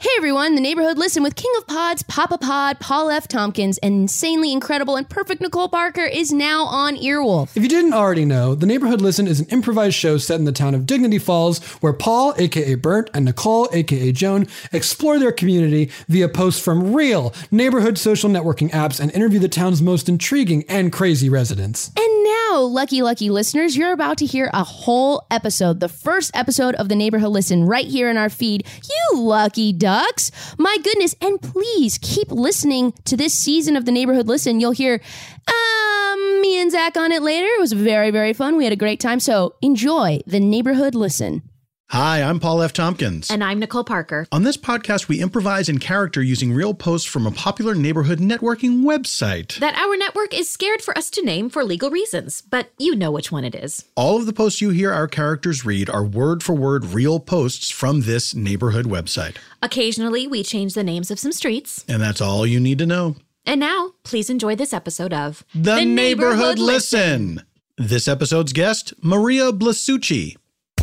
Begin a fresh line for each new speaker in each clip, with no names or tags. Hey everyone, the neighborhood listen with King of Pods, Papa Pod, Paul F. Tompkins, and insanely incredible and perfect Nicole Barker is now on Earwolf.
If you didn't already know, The Neighborhood Listen is an improvised show set in the town of Dignity Falls where Paul, aka Bert, and Nicole, aka Joan, explore their community via posts from real neighborhood social networking apps and interview the town's most intriguing and crazy residents.
And now, lucky, lucky listeners, you're about to hear a whole episode, the first episode of the Neighborhood Listen, right here in our feed. You lucky ducks. My goodness. And please keep listening to this season of the Neighborhood Listen. You'll hear um, me and Zach on it later. It was very, very fun. We had a great time. So enjoy the Neighborhood Listen.
Hi, I'm Paul F. Tompkins.
And I'm Nicole Parker.
on this podcast, we improvise in character using real posts from a popular neighborhood networking website.
That our network is scared for us to name for legal reasons, but you know which one it is.
All of the posts you hear our characters read are word for word real posts from this neighborhood website.
Occasionally, we change the names of some streets.
And that's all you need to know.
And now, please enjoy this episode of
The, Neighborhood, Listen. This episode's guest, Maria Blasucci.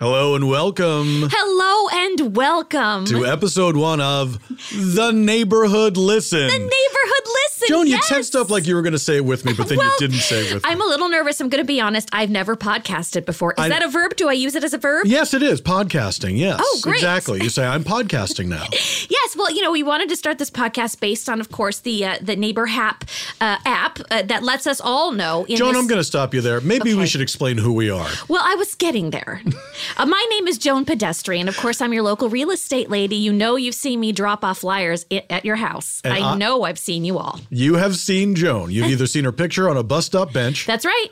Hello and welcome.
Hello and welcome
to episode one of The Neighborhood Listen.
Neighborhood Listen.
Joan, you
yes!
tensed up like you were going to say it with me, but then
Well,
you didn't say it with me.
I'm a little nervous. I'm going to be honest. I've never podcasted before. Is
I-
that a verb? Do I use it as a verb?
Yes, it is podcasting. Yes.
Oh, great.
Exactly. You say, I'm podcasting now.
Yes. Well, you know, we wanted to start this podcast based on, of course, the uh, the Neighbor Hap uh, app uh, that lets us all know. In
Joan,
this-
I'm going to stop you there. Maybe we
Okay.
should explain who we are.
Well, I was getting there. uh, my name is Joan Pedestrian. Of course, I'm your local real estate lady. You know, you've seen me drop off flyers i- at your house.
And
I
I-
know I've seen you all.
You have seen Joan. You've either seen her picture on a bus stop bench,
That's right.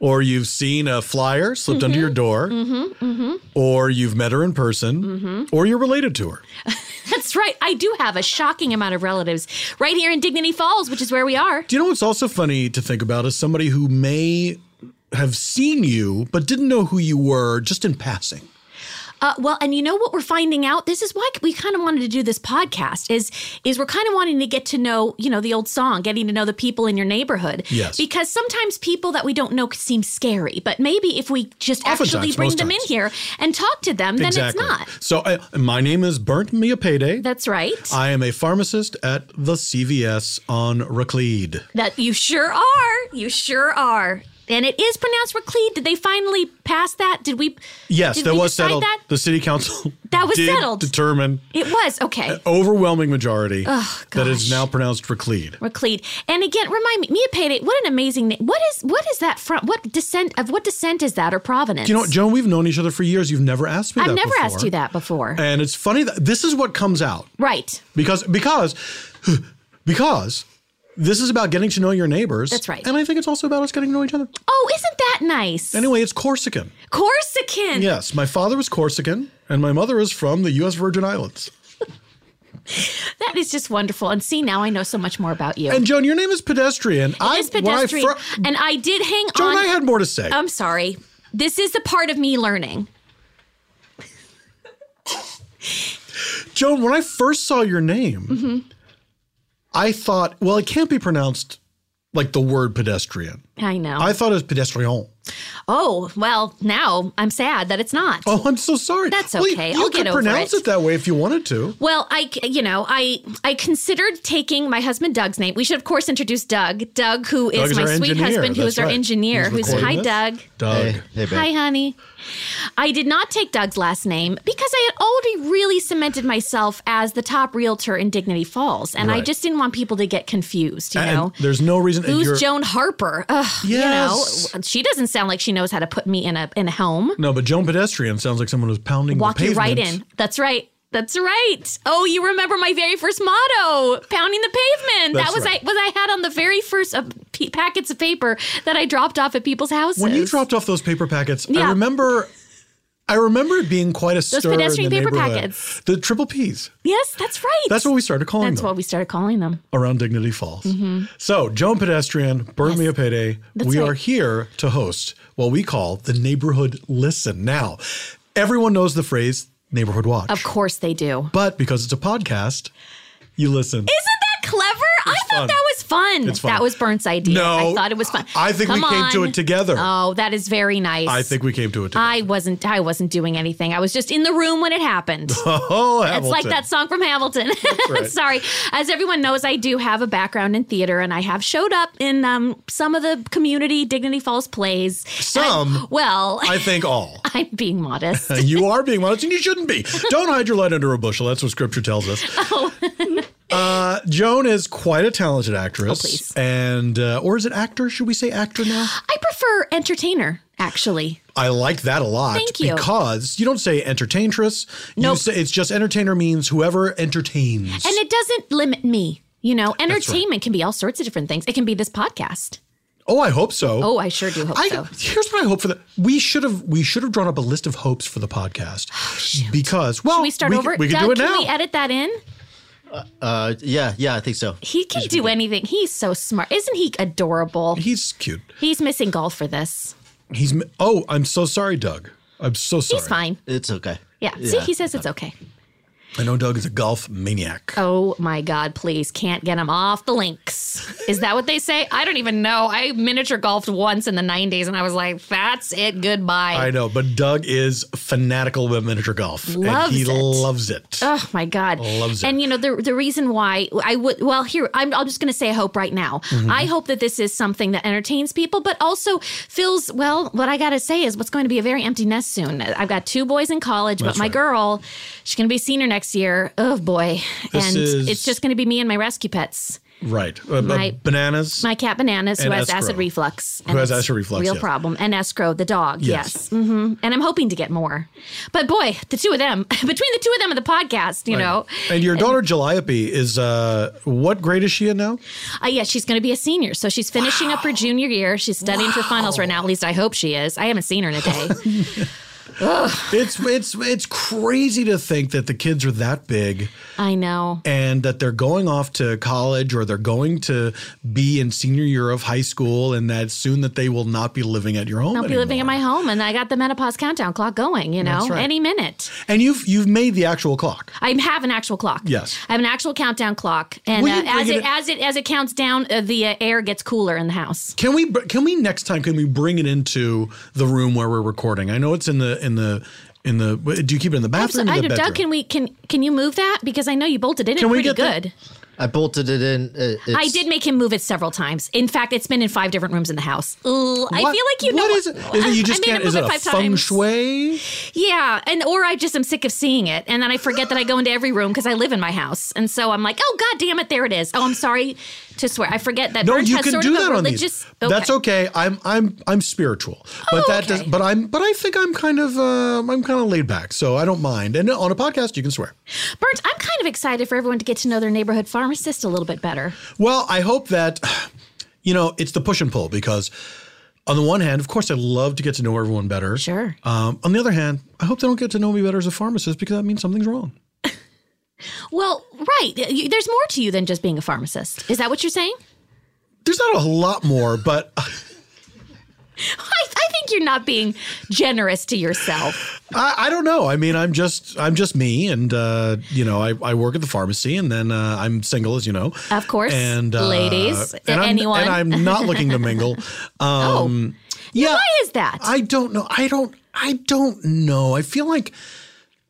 or you've seen a flyer slipped under
Mm-hmm.
your door, or you've met her in person,
Mm-hmm.
or you're related to her.
That's right. I do have a shocking amount of relatives right here in Dignity Falls, which is where we are.
Do you know what's also funny to think about is somebody who may have seen you but didn't know who you were just in passing.
Uh, well, and you know what we're finding out? This is why we kind of wanted to do this podcast is is we're kind of wanting to get to know, you know, the old song, getting to know the people in your neighborhood.
Yes.
Because sometimes people that we don't know seem scary, but maybe if we just actually
Oftentimes,
bring
most
them in
times.
here and talk to them, then it's not.
So uh, my name is Burnt Mia Payday.
That's right.
I am a pharmacist at the CVS on Raclede.
that you sure are. You sure are. And it is pronounced Raclede. Did they finally pass that? Did we?
Yes,
did
that
we
was
decide
settled.
That?
The city council
That was
did
settled.
determine
it was
Uh,
okay.
overwhelming majority that
gosh.
is now pronounced Raclede.
Raclede. And again, remind me, Mia Payday, what an amazing name. What is what is that from what descent of what descent is that or provenance?
Do you know what, Joan? We've known each other for years. You've never asked me
I've
that
never
before.
asked you that before.
And it's funny that this is what comes out.
right.
because because because this is about getting to know your neighbors.
That's right.
And I think it's also about us getting to know each other.
Oh, isn't that nice?
Anyway, it's Corsican.
Corsican.
Yes, my father was Corsican and my mother is from the US Virgin Islands.
That is just wonderful. And see, now I know so much more about you.
And Joan, your name is pedestrian. I,
It's
when I
pedestrian.
fir-
and I did hang
Joan,
on. Um,
I had more to say.
I'm sorry. This is the part of me learning.
Joan, when I first saw your name,
Mm-hmm.
I thought, well, it can't be pronounced like the word pedestrian.
I know.
I thought it was pedestrian.
oh, well, now I'm sad that it's not.
Oh, I'm so sorry.
That's
Well,
okay.
you
I'll
could
get over
pronounce
it.
it that way if you wanted to.
Well, I, c- you know, I, I considered taking my husband Doug's name. We should, of course, introduce Doug. Doug, who is
Doug is
my
our
sweet
engineer.
husband, who
That's
is our
right.
engineer,
Who's
who's hi,
recording this?
Doug.
Doug.
hey, babe.
Hi, honey. I did not take Doug's last name because I had already really cemented myself as the top realtor in Dignity Falls, and I
Right.
just didn't want people to get confused. You
And
know,
there's no reason. and you're-
who's Joan Harper? Ugh,
Yes.
You know, she doesn't sound like she knows how to put me in a in a home.
No, but Joan pedestrian sounds like someone who's pounding
Walk
the
you
pavement.
right in. That's right. That's right. Oh, you remember my very first motto, pounding the pavement.
That's
that was
right.
I was I had on the very first uh, p- packets of paper that I dropped off at people's houses.
When you dropped off those paper packets,
Yeah.
I remember. I remember it being quite a stir in
pedestrian
the
paper
neighborhood.
packets.
The triple P's.
Yes, that's right.
That's what we started calling
That's
them
what we started calling them.
around Dignity Falls. So, Joan Pedestrian, Burn Me a Payday, we
right.
are here to host what we call the Neighborhood Listen. Now, everyone knows the phrase neighborhood watch.
Of course they do.
But because it's a podcast, you listen.
Isn't that clever? I thought
fun.
that was fun.
It's fun.
That was Burnt's idea.
No.
I thought it was fun.
I think we
Come
came to
on.
it together.
Oh, that is very nice.
I think we came to it together.
I wasn't I wasn't doing anything. I was just in the room when it happened.
oh,
It's
Hamilton.
like that song from Hamilton.
right.
Sorry. As everyone knows, I do have a background in theater and I have showed up in um, some of the community Dignity Falls plays. And I-
Some?
well,
I think all.
I'm being modest.
you are being modest and you shouldn't be. Don't hide your light under a bushel. That's what scripture tells us.
Oh.
uh, Joan is quite a talented actress.
Oh, please.
And, uh, or is it actor? Should we say actor now?
I prefer entertainer, actually.
I like that a lot.
Thank you.
Because you don't say entertaintress.
Nope.
You say it's just entertainer means whoever entertains.
And it doesn't limit me. You know,
That's right.
entertainment can be all sorts of different things. It can be this podcast.
oh, I hope so.
Oh, I sure do hope
I,
so.
Here's what I hope for the. We should have we should have drawn up a list of hopes for the podcast because well
Can Oh, we start over?
We can
Doug,
do it
can
now.
we edit that in?
Uh, yeah, yeah, I think so.
He can do anything. He's so smart. Isn't he adorable?
He's cute.
He's missing golf for this.
He's m- oh, I'm so sorry, Doug. I'm so sorry.
He's fine.
It's okay.
Yeah. See, he says it's okay.
I know Doug is a golf maniac.
Oh my God, please can't get him off the links. Is that what they say? I don't even know. I miniature golfed once in the 90s and I was like, that's it. Goodbye.
I know, but Doug is fanatical about miniature golf.
Loves
and he
it.
loves it.
Oh my God!
Loves it.
and you know the the reason why I would well here I'm I'm just going to say I hope right now.
Mm-hmm.
I hope that this is something that entertains people, but also fills well. What I got to say is what's going to be a very empty nest soon. I've got two boys in college, but
That's
my
right.
girl, she's going to be a senior next year. Oh boy!
This
and
is-
it's just going to be me and my rescue pets,
right. Uh, b-
My-
bananas.
my cat Bananas, who
And
has acid
Escrow.
reflux,
Who has
it's
acid reflux,
real
yes.
problem, and Escrow, the dog.
Yes.
Yes, hmm and I'm hoping to get more, but boy, the two of them between the two of them and the podcast, you know.
and your daughter Calliope is uh what grade is she in now?
Uh, yeah, she's going to be a senior. So she's finishing up her junior year. She's studying for finals right now. At least I hope she is. I haven't seen her in a day.
It's it's it's crazy to think that the kids are that big
I know.
and that they're going off to college or they're going to be in senior year of high school and that soon that they will not be living at your home.
I'll be living in
anymore.
my home and I got the menopause countdown clock going, you know,
That's right.
any minute.
And you've you've made the actual clock.
I have an actual clock.
Yes.
I have an actual countdown clock. And
Will you
uh,
bring
as,
it
it,
in-
as it as it counts down, uh, the uh, air gets cooler in the house.
Can we br- can we next time can we bring it into the room where we're recording? I know it's in the in the in the w- do you keep it in the bathroom or
I
the
know,
bedroom?
Doug, can we can can you move that? Because I know you bolted it in
Can we
pretty
get that-
good.
I bolted it in. It, it's,
I did make him move it several times. In fact, it's been in five different rooms in the house. Ooh, I feel
What-
like you know
What is it? Is it you just
I made him
can't? Is
move
it a
five
feng
times.
shui?
Yeah, and or I just am sick of seeing it, and then I forget that I go into every room because I live in my house, and so I'm like, oh god damn it, there it is. Oh, I'm sorry to swear, I forget that.
No,
Burns
you
has
can
sort
do
of a
that on
religious,
these. That's okay. I'm I'm I'm spiritual, but that
Oh, okay.
does, but I'm but I think I'm kind of uh, I'm kind of laid back, so I don't mind. And on a podcast, you can swear.
Burns, I'm kind of excited for everyone to get to know their neighborhood pharmacist a little bit better.
Well, I hope that, you know, it's the push and pull because, on the one hand, of course, I love to get to know everyone better.
Sure.
Um, on the other hand, I hope they don't get to know me better as a pharmacist because that means something's wrong.
Well, right. You- There's more to you than just being a pharmacist. Is that what you're saying?
There's not a lot more, but
I, I think you're not being generous to yourself.
I, I don't know. I mean, I'm just I'm just me, and uh, you know, I, I work at the pharmacy, and then uh, I'm single, as you know,
Of course,
and uh,
ladies,
and I'm-
anyone. Oh,
and I'm not looking to mingle. Um, yeah,
Why is that?
I don't know. I don't. I don't know. I feel like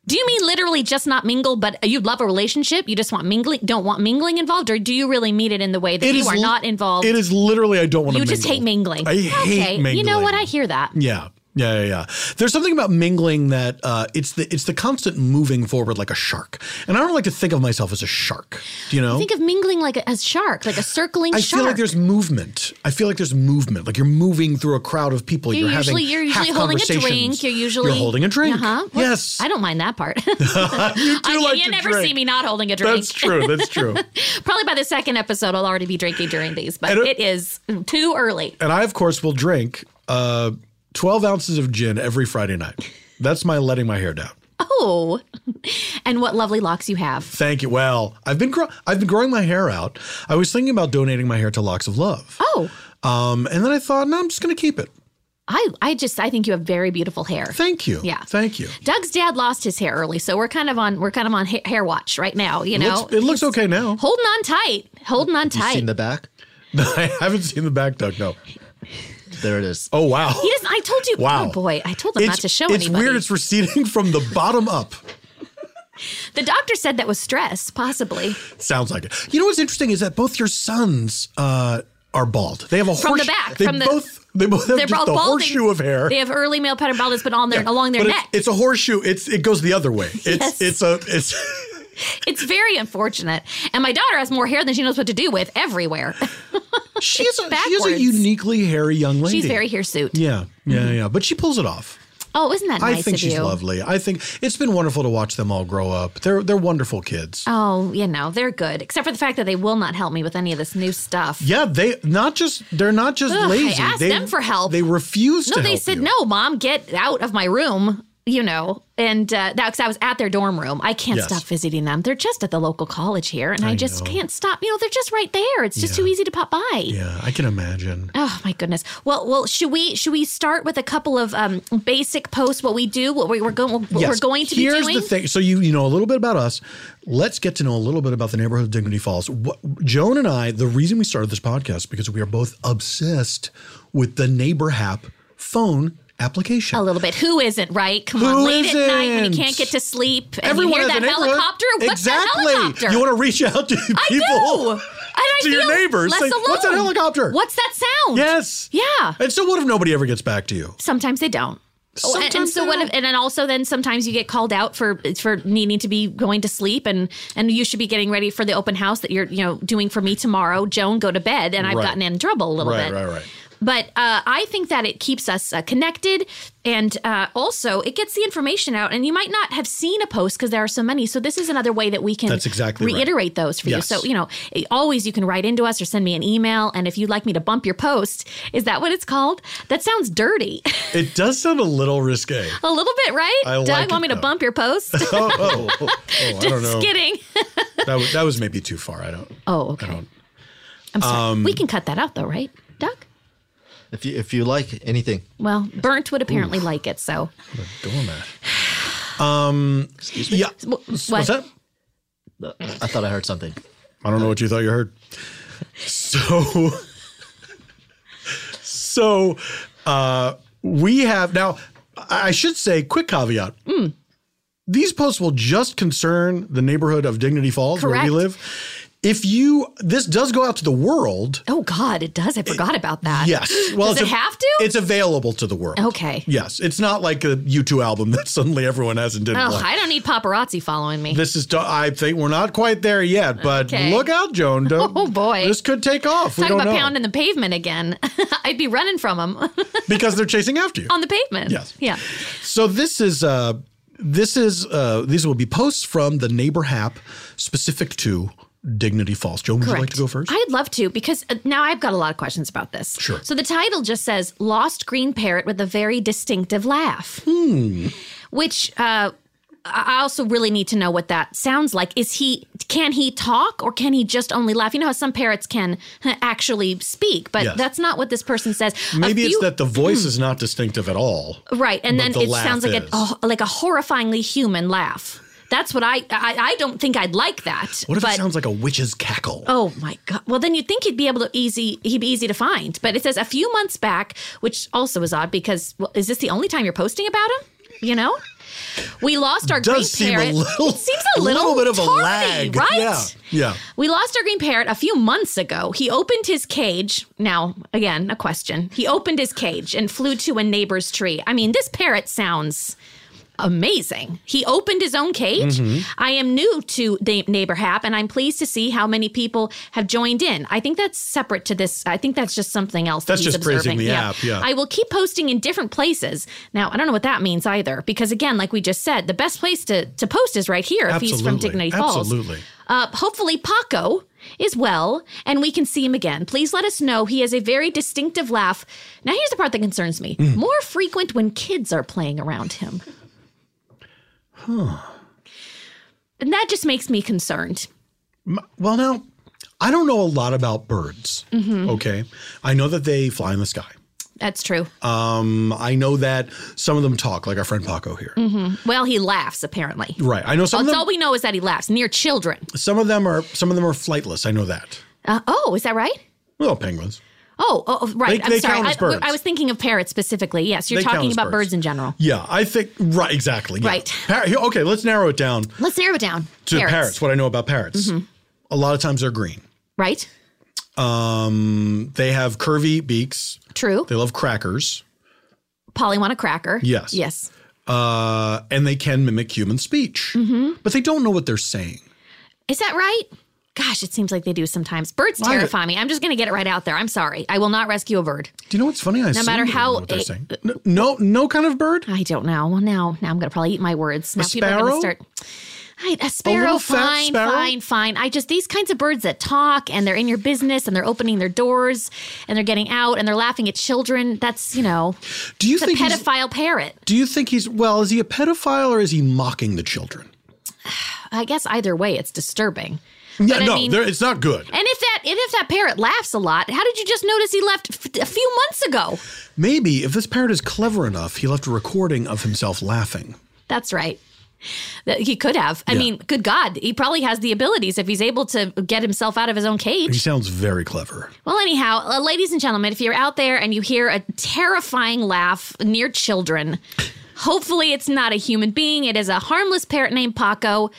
do you mean literally just not mingle, but you love a relationship? You just want mingling, don't want mingling involved, or do you really mean it in the way that
it
you
is
are
li-
not involved?
It is literally. I don't want to.
you just hate mingling.
I hate
okay.
mingling.
You know what? I hear that.
Yeah. Yeah, yeah, yeah. There's something about mingling that uh, it's the it's the constant moving forward like a shark, and I don't like to think of myself as a shark. Do you know?
Think of mingling like a, as shark, like a circling
I
shark.
feel like there's movement. I feel like there's movement. Like you're moving through a crowd of people.
You're
having
usually you're usually
half
holding a
conversations.
drink. You're usually
you're holding a drink.
Uh-huh. Well,
Yes,
I don't mind that part. you I,
like
you
to
never
drink.
see me not holding a drink.
That's true. That's true.
Probably by the second episode, I'll already be drinking during these, but
And it-
it is too early.
and I, of course, will drink uh, 12 ounces of gin every Friday night. That's my letting my hair down.
Oh, and what lovely locks you have.
Thank you. Well, I've been grow- I've been growing my hair out. I was thinking about donating my hair to Locks of Love,
Oh,
um, and then I thought, no, I'm just going to keep it.
I, I just, I think you have very beautiful hair.
Thank you.
Yeah.
Thank you.
Doug's dad lost his hair early, so we're kind of on, we're kind of on ha- hair watch right now. You know,
Looks- it looks
He's
okay now.
Holding on tight, holding on
You
tight.
seen the back?
I haven't seen the back duck. No.
There it is.
Oh wow.
he doesn't. I told you.
Wow.
Oh boy, I told him not to show
it's
anybody.
weird. It's receding from the bottom up.
the doctor said that was stress, possibly.
Sounds like it. You know what's interesting is that both your sons uh, are bald. They have a
From the
horseshoe-
back,
They
from the-
both they both have
They're
just
both
a
balding.
horseshoe of hair.
They have early male pattern baldness, but on their along their
But
neck.
it's, it's a horseshoe. It's it goes the other way. It's
Yes.
it's a it's
It's very unfortunate. And my daughter has more hair than she knows what to do with everywhere.
she's a, she is a
backwards.
uniquely hairy young lady.
She's very hirsute.
Yeah, yeah, yeah. But she pulls it off.
Oh, isn't that nice
I think
of
she's
you?
lovely. I think it's been wonderful to watch them all grow up. They're they're wonderful kids.
Oh, you know, they're good. Except for the fact that they will not help me with any of this new stuff.
yeah, they not just they're not just
Ugh, I
lazy.
asked
they,
them for help.
They refuse
No,
to.
they
help
said,
you.
no, mom, get out of my room. You know, and uh, that because I was at their dorm room. I can't
Yes.
stop visiting them. They're just at the local college here, and I, just can't stop. You know, they're just right there. It's just too easy to pop by.
Yeah, I can imagine.
Oh my goodness. Well, well, should we should we start with a couple of um, basic posts? What we do, what we, we're going, what we're going to
Here's
be doing.
the thing. So you you know a little bit about us. Let's get to know a little bit about the neighborhood of Dignity Falls. What, Joan and I, the reason we started this podcast is because we are both obsessed with the Neighbor Hap phone application.
a little bit. Who isn't right? Come on,
Who
late at night when
isn't?
you can't get to sleep, and
Everyone
you
has
hear
a
that
neighborhood.
helicopter. What's
exactly.
that helicopter?
You want to reach out to people.
I do. And I
to your
feel
neighbors,
Less
say,
alone.
"What's that helicopter?"
What's that sound?
Yes.
Yeah.
And so what if nobody ever gets back to you?
Sometimes they don't. Oh, and- and,
Sometimes
so
they
what?
don't.
If, and then also then sometimes you get called out for for needing to be going to sleep and and you should be getting ready for the open house that you're you know doing for me tomorrow. Joan, go to bed, and I've
Right.
gotten in trouble a little
Right,
bit.
right, right.
But uh, I think that it keeps us uh, connected, and uh, also it gets the information out. And you might not have seen a post because there are so many. So this is another way that we can
That's exactly right.
reiterate those for
Yes.
you. So you know, it- always you can write into us or send me an email. And if you'd like me to bump your post, is that what it's called? That sounds dirty.
It does sound a little risque.
A little bit, right?
I
Doug,
like it,
want me to
though.
bump your post? Just
Oh, oh, oh, oh, I don't know.
kidding.
That was, that was maybe too far. I don't.
Oh,
I
okay.
don't. Um,
I'm sorry. we can cut that out, though, right, Doug?
If you if you like anything,
Well, Burnt would apparently like it, so.
doormat. Um, yeah.
Wh- What?
What's that?
I thought I heard something.
I don't know what you thought you heard. So, so uh, we have now. I I should say, quick caveat.
Hmm.
These posts will just concern the neighborhood of Dignity Falls, where
Correct.
we live. If you, this does go out to the world.
Oh, God, it does. I forgot about that.
Yes.
does it
it's a-
have to? Oh.
It's available to the world.
Okay.
Yes. It's not like a U2 album that suddenly everyone has and didn't
oh,
like.
I don't need paparazzi following me.
This is. I think we're not quite there yet, but
Okay.
look out, Joan. Don't,
Oh, boy.
this could take off. we
Talk
don't
about
know
pounding the pavement again. I'd be running from them
because they're chasing after you.
on the pavement.
Yes.
Yeah.
So this is. Uh, this is. Uh, these will be posts from the neighbor hap specific to Dignity Falls. Joan, would you like to go first?
I'd love to because uh, now I've got a lot of questions about this.
Sure.
So the title just says
Hmm.
"Lost Green Parrot with a Very Distinctive Laugh," which uh, I I also really need to know what that sounds like. Is he can he talk or can he just only laugh? You know how some parrots can actually speak, but
Yes.
that's not what this person says. A
Maybe it's
few- Hmm.
that the voice is not distinctive at all.
Right, and
But
then
the
it
laugh
sounds like
is.
a oh, like a horrifyingly human laugh. That's what I I, I don't think I'd like that.
What if
but,
it sounds like a witch's cackle?
Oh my god! Well, then you'd think he'd be able to easy he'd be easy to find. But it says a few months back, which also is odd because well, is this the only time you're posting about him? You know, we lost our green
Does seem
parrot.
a little.
it seems a little,
bit of a
tardy,
lag,
right?
Yeah, yeah.
We lost our green parrot a few months ago. He opened his cage. Now, again, a question. He opened his cage and flew to a neighbor's tree. I mean, this parrot sounds amazing. He opened his own cage.
Mm-hmm.
I am new to the neighbor hap and I'm pleased to see how many people have joined in. I think that's separate to this. I think that's just something else.
That's
he's
just praising
observing.
the app, yeah.
I will keep posting in different places. Now, I don't know what that means either because again, like we just said, the best place to to post is right here if he's from
Absolutely.
Dignity Falls.
Absolutely.
Uh, hopefully, Paco is well and we can see him again. Please let us know. He has a very distinctive laugh. Now, here's the part that concerns me
Mm.
more frequent when kids are playing around him. Huh. And that just makes me concerned.
Well, now, I don't know a lot about birds.
Mm-hmm.
Okay. I know that they fly in the sky.
That's true.
Um, I know that some of them talk, like our friend Paco here.
well, he laughs, apparently.
Right. I know some of
Mm-hmm. That's
them.
all we know is that he laughs near children.
some of them are. Some of them are flightless. I know that.
Uh, oh, is that right?
Well, penguins.
Oh, oh, oh, right.
They-
I'm
they
sorry.
count
I,
as birds.
I was thinking of parrots specifically. Yes, you're
They count
talking
as
about
birds.
birds in general.
Yeah, I think. Right. Exactly. yeah.
Right.
Par- here- okay. Let's narrow it down
Let's narrow it down.
to parrots. What I know about parrots.
Mm-hmm.
A lot of times they're green.
Right?
Um, they have curvy beaks.
True.
They love crackers.
Polly want a cracker.
Yes.
Yes.
Uh, and they can mimic human speech,
Mm-hmm.
but they don't know what they're saying.
Is that right? Gosh, it seems like they do sometimes. Birds
Why-
terrify me. I'm just going to get it right out there. I'm sorry. I will not rescue a bird.
Do you know what's funny? I no
matter how
what they're
it-
saying. No, no, no kind of bird.
I don't know. Well, now, now I'm going to probably eat my words. Now
sparrow?
I, a sparrow,
little fat
fine,
sparrow?
fine, fine. I just these kinds of birds that talk and they're in your business and they're opening their doors and they're getting out and they're laughing at children. That's you know,
Do you
it's a
think? he's-
pedophile parrot.
do you think he's well? Is he a pedophile or is he mocking the children?
I guess either way, it's disturbing.
Yeah,
But I
no,
mean-
there- it's not good.
And if that and if that parrot laughs a lot, how did you just notice he left f- a few months ago?
Maybe if this parrot is clever enough, he left a recording of himself laughing.
That's right. That- He could have. I
Yeah.
mean, good God, he probably has the abilities if he's able to get himself out of his own
He
cage.
sounds very clever.
Well, anyhow, uh, ladies and gentlemen, if you're out there and you hear a terrifying laugh near children, hopefully it's not a human being. It is a harmless parrot named Paco.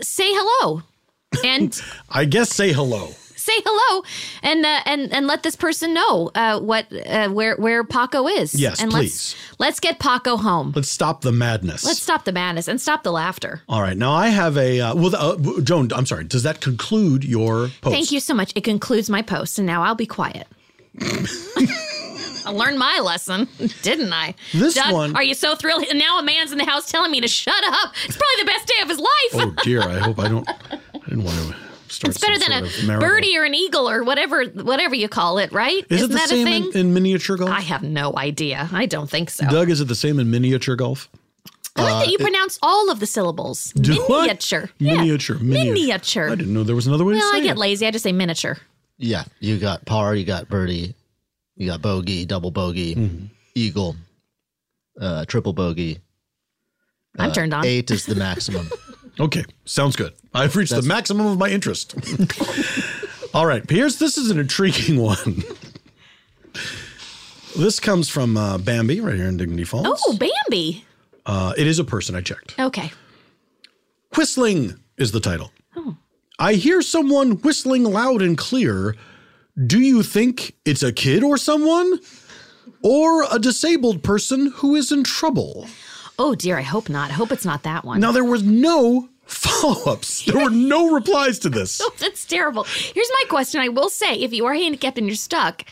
Say hello. And
I guess say hello.
say hello, and uh, and and let this person know uh, what uh, where where Paco is.
Yes,
and
please.
Let's, let's get Paco home.
Let's stop the madness.
Let's stop the madness and stop the laughter.
All right. Now I have a uh, well, uh, Joan. I'm sorry. Does that conclude your post?
Thank you so much. It concludes my post, and now I'll be quiet. I learned my lesson, didn't I?
This
Doug,
one-
Are you so thrilled? And now a man's in the house telling me to shut up. It's probably the best day of his life.
Oh dear. I hope I don't. I didn't want to start.
it's better
some
than
sort
a
of marital-
birdie or an eagle or whatever, whatever you call it, right?
Is
not
it the
that
same
a thing?
in, in miniature golf?
I have no idea. I don't think so.
Doug, is it the same in miniature golf?
I like that you pronounce all of the syllables.
Do what?
miniature. Yeah.
Miniature, miniature.
Miniature.
I didn't know there was another way to
Well,
say
I get
it.
lazy. I just say miniature.
Yeah, you got par, you got birdie, you got bogey, double bogey,
Mm-hmm.
eagle, uh, triple bogey. Uh,
I'm turned on.
Eight is the maximum.
Okay, sounds good. I've reached the maximum of my interest. All right, Pierce, this is an intriguing one. this comes from uh, Bambi right here in Dignity Falls.
Oh, Bambi.
Uh, it is a person I checked.
Okay.
Whistling is the title.
Oh.
I hear someone whistling loud and clear. Do you think it's a kid or someone? Or a disabled person who is in trouble?
Oh dear, I hope not. I hope it's not that one.
Now, there was no follow ups, there were no replies to this.
That's terrible. Here's my question. I will say, if you are handicapped and you're stuck,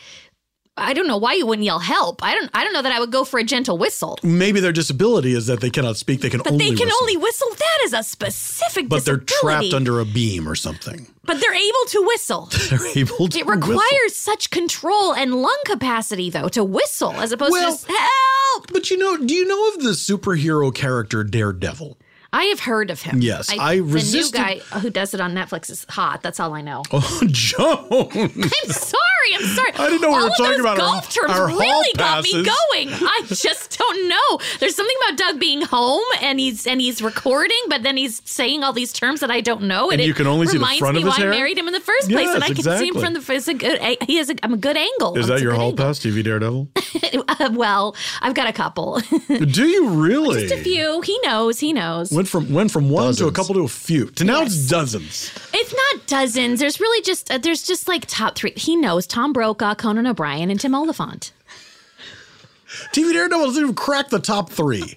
I don't know why you wouldn't yell help. I don't. I don't know that I would go for a gentle whistle.
Maybe their disability is that they cannot speak, they can
But
only
they can
whistle.
only whistle. That is a specific.
but they're
disability.
trapped under a beam or something.
But they're able to whistle.
They're able to
It
whistle.
requires such control and lung capacity, though, to whistle as opposed
Well-
to just help.
But you know, do you know of the superhero character Daredevil?
I have heard of him.
Yes, I resisted-
The new guy who does it on Netflix is hot. That's all I know.
Oh, Joan.
I'm sorry. I'm sorry.
I didn't know we
all
were
of
talking
those
about our-
golf terms.
our hall
really got me
passes.
going. I just don't know. There's something about Doug being home and he's and he's recording, but then he's saying all these terms that I don't know. And,
And
it
you can only see the
reminds
front
me
of his
why
hair?
I married him in the first place,
Yes,
and I can see him
exactly.
from the first. A good, I- he has a, I'm a good angle.
Is
It's
that
a
your
good
hall
angle.
pass, TV Daredevil?
Uh, well, I've got a couple,
Do you really?
just a few. He knows. He knows.
Went from went from one to a
Dozens.
couple to a few. To now it's dozens.
It's not dozens. There's really just uh, there's just like top three. He knows Tom Brokaw, Conan O'Brien, and Tim Oliphant.
TV Daredevil doesn't even crack the top three.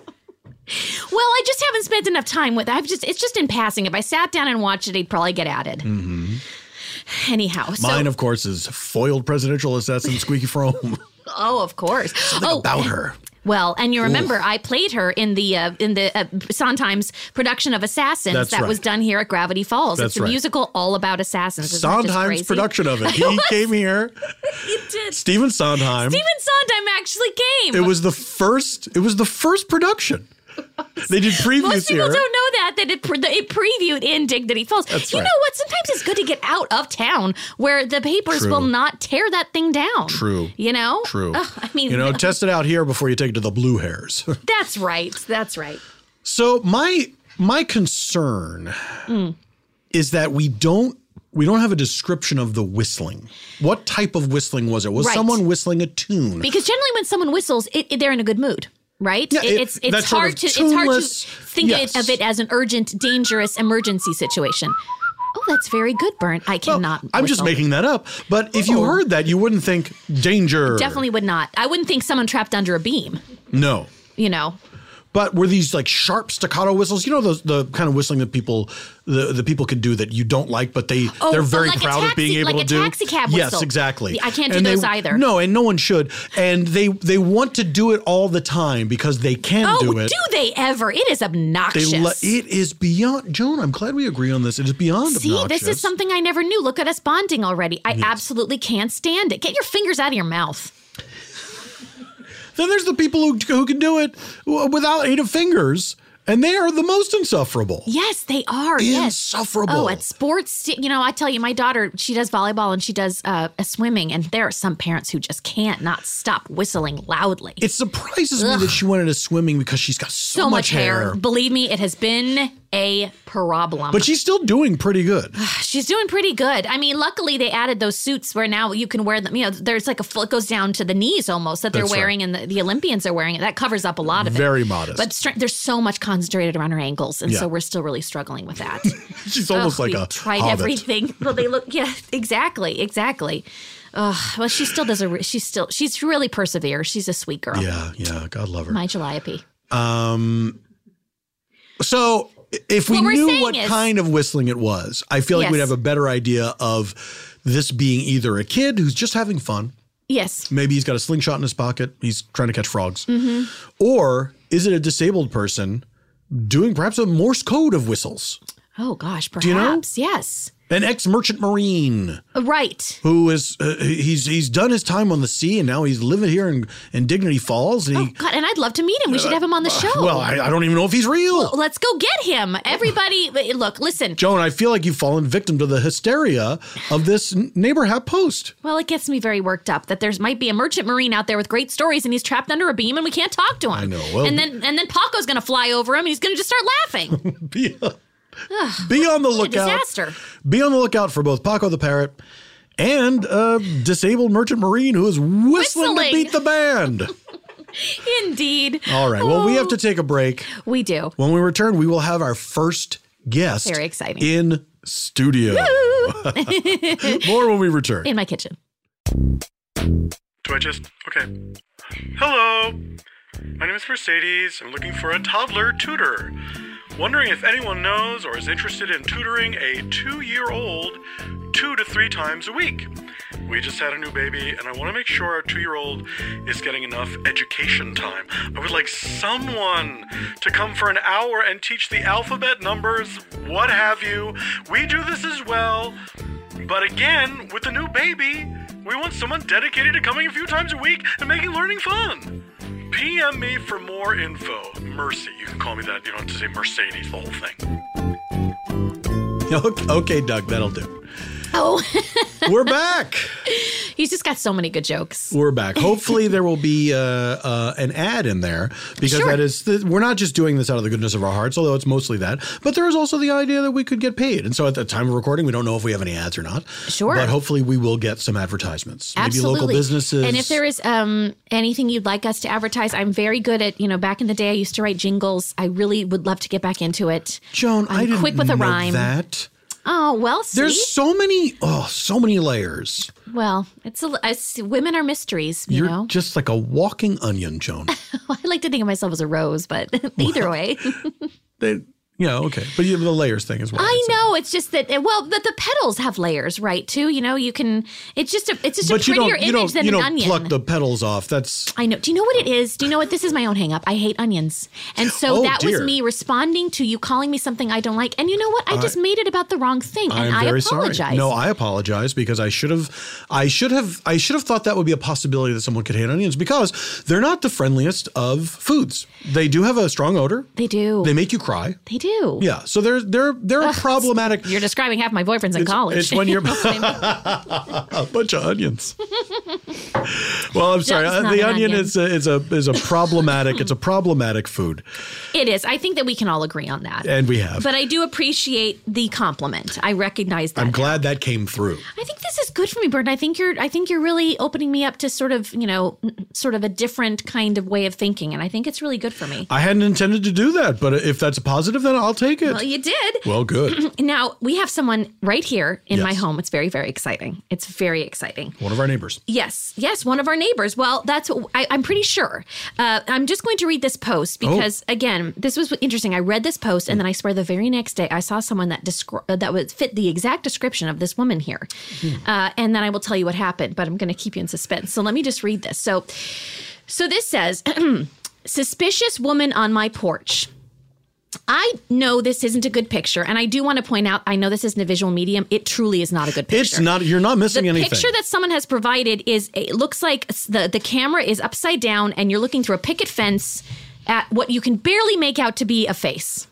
Well, I just haven't spent enough time with. I've just it's just in passing. If I sat down and watched it, he'd probably get added. Mm-hmm. Anyhow, so
Mm-hmm. Mine, of course, is foiled presidential assassin Squeaky Frome.
oh, of course. Oh,
About her.
well, and you remember I played her in the uh, in the uh, Sondheim's production of Assassins
That's
that was
right.
done here at Gravity Falls.
That's
it's a
right.
musical all about assassins. Isn't that just
Sondheim's
crazy?
production of it. He came here.
He did.
Stephen
Stephen
Sondheim.
Sondheim actually came.
It was the first. It was the first production. They did previews
Most people
here.
don't know that that it, pre- that it previewed in Dignity Falls.
That's
you
right.
know what? Sometimes it's good to get out of town where the papers
True.
will not tear that thing down.
True.
You know.
True.
Ugh, I mean,
you know, test it out here before you take it to the blue hairs.
that's right. That's right.
so my my concern
Mm.
is that we don't we don't have a description of the whistling. What type of whistling was it? Was
Right.
someone whistling a tune?
Because generally, when someone whistles, it, it- they're in a good mood. Right,
Yeah,
It-
it-
it's
that
it's
sort
hard
of
to it's hard to
tuneless-
think
yes.
of it as an urgent, dangerous emergency situation. Oh, that's very good, Burnt. I
Well,
cannot.
I'm just
whistle.
making that up. But if you heard that, you wouldn't think danger.
Definitely would not. I wouldn't think someone trapped under a beam.
no.
You know,
But were these like sharp staccato whistles? You know those the kind of whistling that people the, the people could do that you don't like, but they
Oh,
they're
oh,
very
like a
proud of
taxi-
being able
like
to
a
do.
taxi cab
yes,
whistle.
exactly.
I can't do
And they-
those either.
No, and no one should. And they they want to do it all the time because they can
oh,
do it.
they ever? It is
they
obnoxious.
le- it is beyond Joan. I'm glad we agree on this. It is beyond.
See, this is
obnoxious.
something I never knew. Look at us bonding already. I absolutely can't stand it. Get your fingers out of your mouth.
Then there's the people who who can do it w- without eight of fingers, and they are the most insufferable.
Yes, they are. Yes.
Insufferable.
Oh, at sports, you know, I tell you, my daughter, she does volleyball and she does uh, swimming, and there are some parents who just can't not stop whistling loudly.
It surprises me that she went into swimming because she's got so,
so much hair. Believe me, it has been a problem.
But she's still doing pretty good.
She's doing pretty good. I mean, luckily they added those suits where now you can wear them. You know, there's like a full, it goes down to the knees almost that they're
That's right.
wearing, and the, the Olympians are wearing it. That covers up a lot of it.
Very modest.
But stre- there's so much concentrated around her ankles, and
Yeah.
so we're still really struggling with that.
She's almost
Ugh,
like
we've
a
tried
hobbit.
everything. Well, they look yeah, exactly, exactly. Ugh, well, she still does a. Re- she's still she's really perseveres. She's a sweet girl.
Yeah, yeah. God love her.
My Calliope.
Um, so if we
What we're
knew
saying
what
is-
kind of whistling it was, I feel like
Yes.
we'd have a better idea of this being either a kid who's just having fun.
Yes.
Maybe he's got a slingshot in his pocket. He's trying to catch frogs.
Mm-hmm.
Or is it a disabled person doing perhaps a Morse code of whistles?
Oh gosh,
you know?
perhaps yes.
An ex merchant marine.
Right.
who is uh, he's he's done his time on the sea and now he's living here in, in Dignity Falls. And
Oh
he,
God, and I'd love to meet him. We should have him on the show.
Uh, well, I, I don't even know if he's real.
Let's go get him. Everybody, look, listen.
Joan, I feel like you've fallen victim to the hysteria of this n- neighbor hat post.
Well, it gets me very worked up that there's might be a merchant marine out there with great stories, and he's trapped under a beam, and we can't talk to him. I
know, well-
and then and then Paco's gonna fly over him, and he's gonna just start laughing.
Be, be on the
what a
lookout.
disaster.
Be on the lookout for both Paco the parrot and a disabled merchant marine who is whistling, to
Whistling.
beat the band.
Indeed.
All right. Well, we have
Oh,
to take a break.
We do.
When we return, we will have our first guest.
Very exciting.
In studio. More when we return.
In my kitchen.
Do I just. Okay. Hello! My name is Mercedes. I'm looking for a toddler tutor. Wondering if anyone knows or is interested in tutoring a two year old two to three times a week. We just had a new baby, and I want to make sure our two year old is getting enough education time. I would like someone to come for an hour and teach the alphabet, numbers, what have you. We do this as well. But again, with the new baby, we want someone dedicated to coming a few times a week and making learning fun. PM me for more info. Mercy. You can call me that. You don't have to say Mercedes, the whole thing.
Okay, okay, Doug, that'll do.
Oh,
We're back.
he's just got so many good jokes.
We're back. Hopefully, there will be uh, uh, an ad in there because
Sure.
that is th- we're not just doing this out of the goodness of our hearts, although it's mostly that. But there is also the idea that we could get paid, and so at the time of recording, we don't know if we have any ads or not.
Sure.
but hopefully, we will get some advertisements.
Absolutely.
Maybe local businesses.
And if there is um, anything you'd like us to advertise, I'm very good at, you know, back in the day I used to write jingles. I really would love to get back into it.
Joan,
I'm
I didn't
quick with a
know
rhyme.
that.
Oh, well, see?
There's so many, oh, so many layers.
well, it's a, it's- women are mysteries, you
You're
know.
just like a walking onion, Joan.
Well, I like to think of myself as a rose, but either way.
they, yeah, okay, but you have the layers thing as well.
I
So-
know it's just that well, but the petals have layers, right? Too, you know, you can. It's just a it's just a
But you
prettier
don't,
image
you don't,
than
you
an
don't
onion.
pluck the petals off. That's
I know. Do you know what it is? Do you know what this is? My own hang up. I hate onions, and so
Oh,
that was
dear.
me responding to you calling me something I don't like. And you know what? I just made it about the wrong thing, and
I'm
I
very
apologize.
sorry. No, I apologize because I should have, I should have, I should have thought that would be a possibility that someone could hate onions because they're not the friendliest of foods. They do have a strong odor.
they do.
They make you cry.
They do.
Yeah, so they're they're they're a problematic.
You're describing half my boyfriends in college.
It's when you're a bunch of onions. well, I'm sorry.
That's
Uh,
not
the
an
onion,
onion.
is a, is a is a problematic. it's a problematic food,
It is. I think that we can all agree on that.
and we have.
but I do appreciate the compliment. I recognize that.
I'm glad that came through.
I think this is good for me, Burton. I think you're I think you're really opening me up to sort of, you know, n- sort of a different kind of way of thinking. And I think it's really good for me.
I hadn't intended to do that, but if that's a positive, then I'll take it.
Well, you did.
Well, good.
Now we have someone right here in my
Yes.
home. It's very, very exciting. It's very exciting.
One of our neighbors.
Yes, yes, one of our neighbors. Well, that's what I, I'm pretty sure. Uh, I'm just going to read this post because, again, this was interesting. I read this post, and then I swear the very next day I saw someone that descri- uh, that would fit the exact description of this woman here, uh, and then I will tell you what happened. But I'm going to keep you in suspense. So let me just read this. So, so this says, suspicious woman on my porch. I know this isn't a good picture, and I do want to point out. I know this isn't a visual medium. It truly is not a good picture
It's not. You're not missing
the
anything.
picture that someone has provided is it looks like s- the the camera is upside down and you're looking through a picket fence at what you can barely make out to be a face.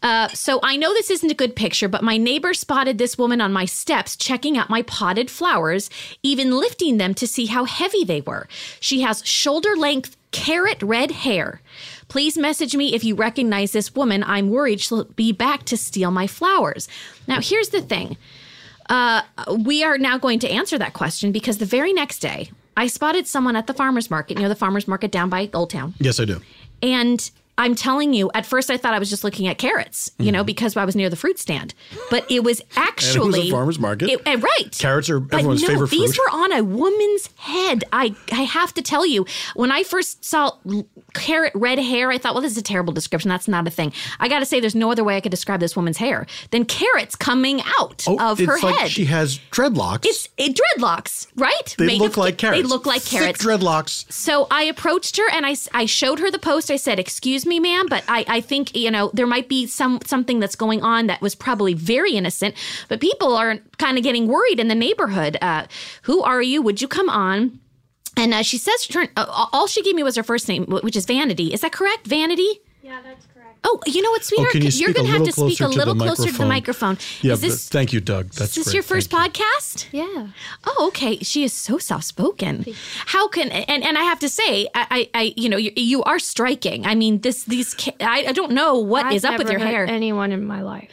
Uh, so I know this isn't a good picture, but my neighbor spotted this woman on my steps checking out my potted flowers, even lifting them to see how heavy they were. She has shoulder length carrot red hair. Please message me if you recognize this woman. I'm worried she'll be back to steal my flowers. Now here's the thing we are now going to answer that question because the very next day I spotted someone at the farmers market, you know, the farmers market down by Old Town.
yes, I do.
And I'm telling you, at first I thought I was just looking at carrots, you
Mm-hmm.
know, because I was near the fruit stand. But it was actually
farmer's market.
It- uh, right.
Carrots are everyone's
but no,
favorite
These
fruit.
were on a woman's head. I I have to tell you, when I first saw l- carrot red hair, I thought, well, this is a terrible description. That's not a thing. I got to say, there's no other way I could describe this woman's hair than carrots coming out
Oh,
of
it's
her
like
head.
she has dreadlocks.
It's it, dreadlocks, right?
they
Made
look
of-
like carrots.
They look like
Thick
carrots.
dreadlocks.
so I approached her and I, s- I showed her the post. I said, "Excuse me, ma'am, but I, I think you know there might be some something that's going on that was probably very innocent, but people are kind of getting worried in the neighborhood. Uh, who are you? Would you come on?" And uh, she says, "Turn." Uh, all she gave me was her first name, wh- which is Vanity. Is that correct, Vanity?
Yeah, that's correct.
Oh, you know what, sweetheart?
can you
are
speak a
gonna have
little
to speak
closer
a
to the
little closer to the
microphone?
microphone.
Yeah.
is this,
but thank you, Doug. That's
is this
great.
your first
Thank you.
podcast?
Yeah.
Oh, okay. She is so soft spoken. How can and and I have to say, I, I, I you know, you, you are striking. I mean, this these ca- I, I don't know what
I've
is up with
never
your
hurt
hair.
Anyone in my life?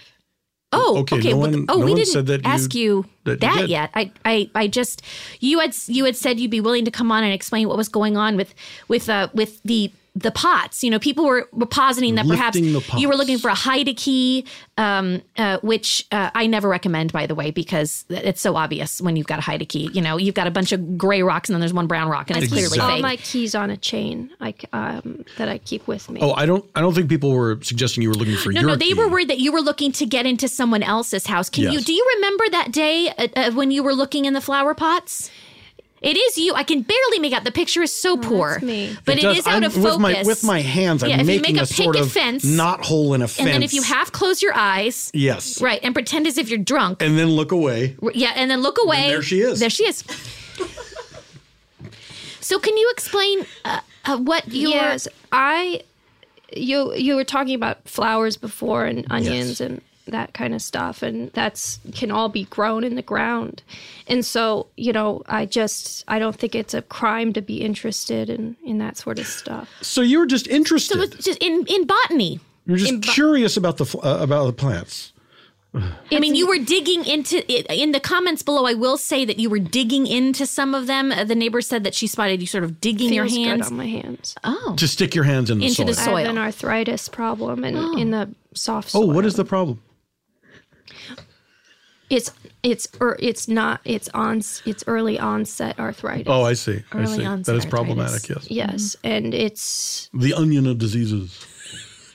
oh,
Okay,
okay.
no
well,
one-
oh,
no
we
one
didn't
said that you-
ask you
that you
that,
did.
yet. I, I, I just you had s- you had said you'd be willing to come on and explain what was going on with with uh with the the pots. You know, people were, were positing that perhaps
Lifting the
you were
pots.
looking for a hide key, um, uh, which uh, I never recommend, by the way, because it's so obvious when you've got a hide key. You know, you've got a bunch of gray rocks and then there's one brown rock, and it's
Keep
clearly
all
fake.
my keys on a chain, like um, that I keep with me.
Oh, I don't. I don't think people were suggesting you were looking for
No,
your.
no, they
key.
were worried that you were looking to get into someone else's house. Can you
Yes.
do you remember that day uh, uh, when you were looking in the flower pots? It is you. I can barely make out. The picture is so poor,
Oh, me.
but
Does-
it is out
I'm-
of
with
focus.
My, with my hands, I'm
Yeah, if you
making
make a,
a, sort
picket
of
fence,
knot hole in a
and
fence.
then if you half close your eyes,
yes,
right, and pretend as if you're drunk,
and then look away.
R- yeah, and then look away.
there she is.
There she is. so, can you explain? Uh, Uh, what you
yes, I. You you were talking about flowers before and onions and that kind of stuff, and that's can all be grown in the ground, and so you know I just I don't think it's a crime to be interested in in that sort of stuff.
So you were just interested.
were just in in botany.
You're just curious about the fl- uh, about the plants.
I mean, you were digging into in the comments below. I will say that you were digging into some of them. Uh, The neighbor said that she spotted you sort of digging your
Feels good um,
hands.
on my hands.
To stick your hands in the
Oh. Into
soil.
the
I
soil.
have an arthritis problem and in the soft
oh,
soil.
what is the problem?
It's it's or it's not it's on it's early onset arthritis.
Oh, I see. I
Early
see. That is
onset
problematic. Yes.
Yes, and it's
The onion of diseases.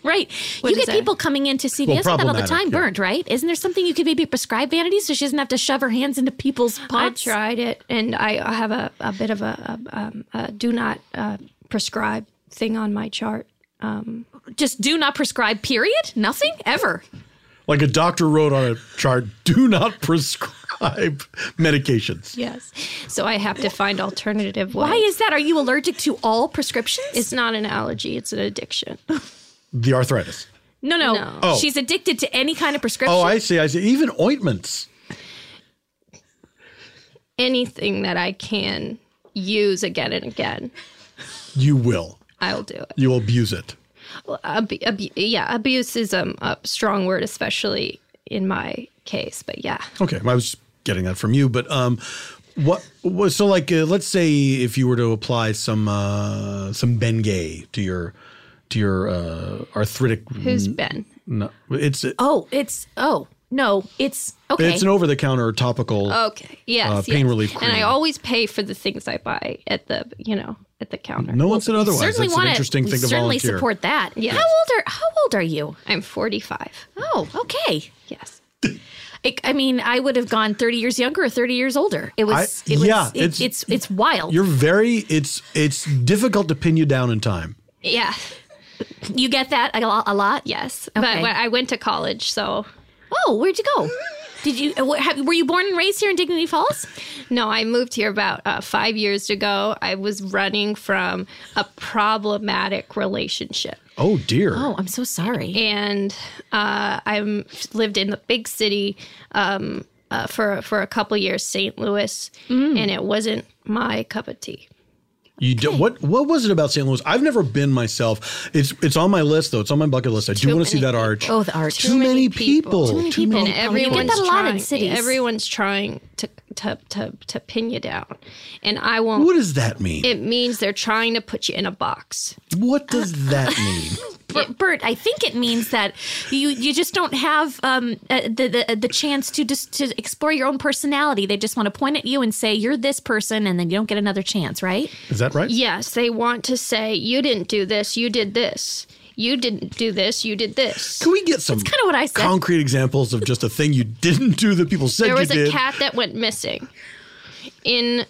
Right.
What
you get
is that?
people coming in to see
Well,
with that all the
problematic,
time,
yeah.
burnt, right? Isn't there something you could maybe prescribe Vanity so she doesn't have to shove her hands into people's
I
pots?
tried it, and I I have a, a bit of a, a, um, a do not uh, prescribe thing on my chart. Um,
Just do not prescribe, period? Nothing? Ever.
Like a doctor wrote on a chart, do not prescribe medications.
Yes, so I have to find alternative ways.
Why is that? Are you allergic to all prescriptions?
it's not an allergy; it's an addiction.
The arthritis.
no, no.
No.
Oh.
She's addicted to any kind of prescription.
Oh, I see. I see. Even ointments.
Anything that I can use again and again,
You will.
I'll do it.
You will abuse it.
Ab- ab- yeah, abuse is um, a strong word, especially in my case. But yeah,
Okay, I was getting that from you, but um, what was so like? Uh, let's say if you were to apply some uh, some Bengay to your to your uh, arthritic,
who's Ben?
no, it's
Oh, it's oh no, it's okay.
it's an over the counter topical.
Okay. Yes.
Uh, pain
yes.
relief
And I
cream.
always pay for the things I buy at the you know at the counter.
no one said otherwise.
certainly
That's an
want
interesting
to,
thing to
certainly
volunteer.
support that.
Yeah.
How old are How old are you?
I'm 45.
Oh, okay.
Yes.
I, I mean, I would have gone thirty years younger or thirty years older. It was.
I-
it was
yeah,
it-
it's-
it's, it's wild.
You're very. It's it's difficult to pin you down in time.
Yeah.
You get that a, lo- a lot.
Yes.
Okay.
But when I went to college, so
Oh, where'd you go? Did you uh, wh- have, were you born and raised here in Dignity Falls?
no, I moved here about uh, five years ago. I was running from a problematic relationship.
Oh dear.
Oh, I'm so sorry.
and uh, I'm lived in the big city um, uh, for for a couple years, St. Louis,
Mm.
and it wasn't my cup of tea.
You do, what what was it about St. Louis? I've never been myself. It's it's on my list though. It's on my bucket list. I do want to see
many
that arch.
Oh, the arch.
too, many, people.
Too many people.
And
Oh, you get
everyone's
that a lot in
trying,
cities.
Everyone's trying to, to to to pin you down, and I won't.
What does that mean?
it means they're trying to put you in a box.
What does that mean?
Bert, Bert, I think it means that you you just don't have um, uh, the, the the chance to just to explore your own personality. They just want to point at you and say you're this person, and then you don't get another chance, right?
Is that right?
Yes, they want to say you didn't do this, you did this, you didn't do this, you did this.
Can we get some
Kind of what I said.
concrete examples of just a thing you didn't do that people said
there
you
was
did?
a cat that went missing in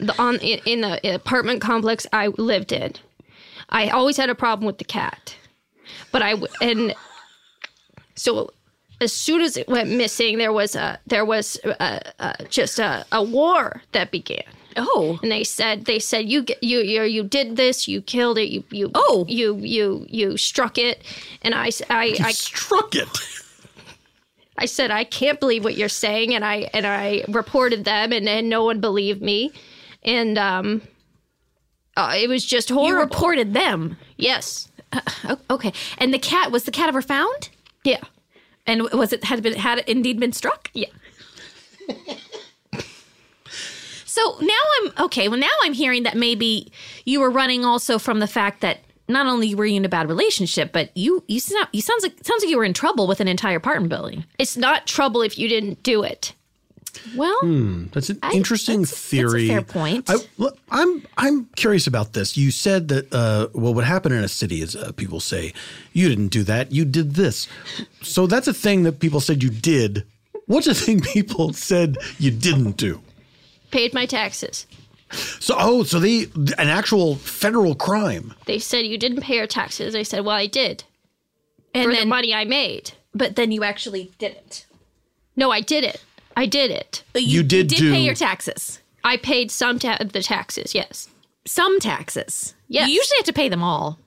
the on in, in the apartment complex I lived in. I always had a problem with the cat, but I w- and so as soon as it went missing, there was a there was a, a, just a, a war that began.
Oh,
And they said they said you g- you you you did this you killed it you you
Oh.
you you you struck it and I s- I- I
Struck it.
I said, I can't believe what you're saying, and I and I reported them, and, and no one believed me, and um, uh, it was just
you
horrible.
reported them.
yes,
O- Okay, and the cat was the cat ever found?
yeah,
And was it had been had it indeed been struck?
yeah.
So now I'm okay. Well, now I'm hearing that maybe you were running also from the fact that not only were you in a bad relationship, but you you sound you sounds like sounds like you were in trouble with an entire apartment building.
It's not trouble if you didn't do it.
Well,
That's an interesting
that's a- that's a
theory.
fair point.
I, look, I'm I'm curious about this. You said that uh, well, what happened in a city is uh, people say you didn't do that, you did this. So that's a thing that people said you did. What's a thing people said you didn't do?
Paid my taxes.
So oh, so they an actual federal crime.
They said you didn't pay your taxes. I said, well, I did
and
for
then
the money I made.
but then you actually didn't.
No, I did it. I did it.
But
You did do-
pay your taxes.
I paid some ta- of the taxes. Yes,
some taxes.
Yes.
You usually have to pay them all.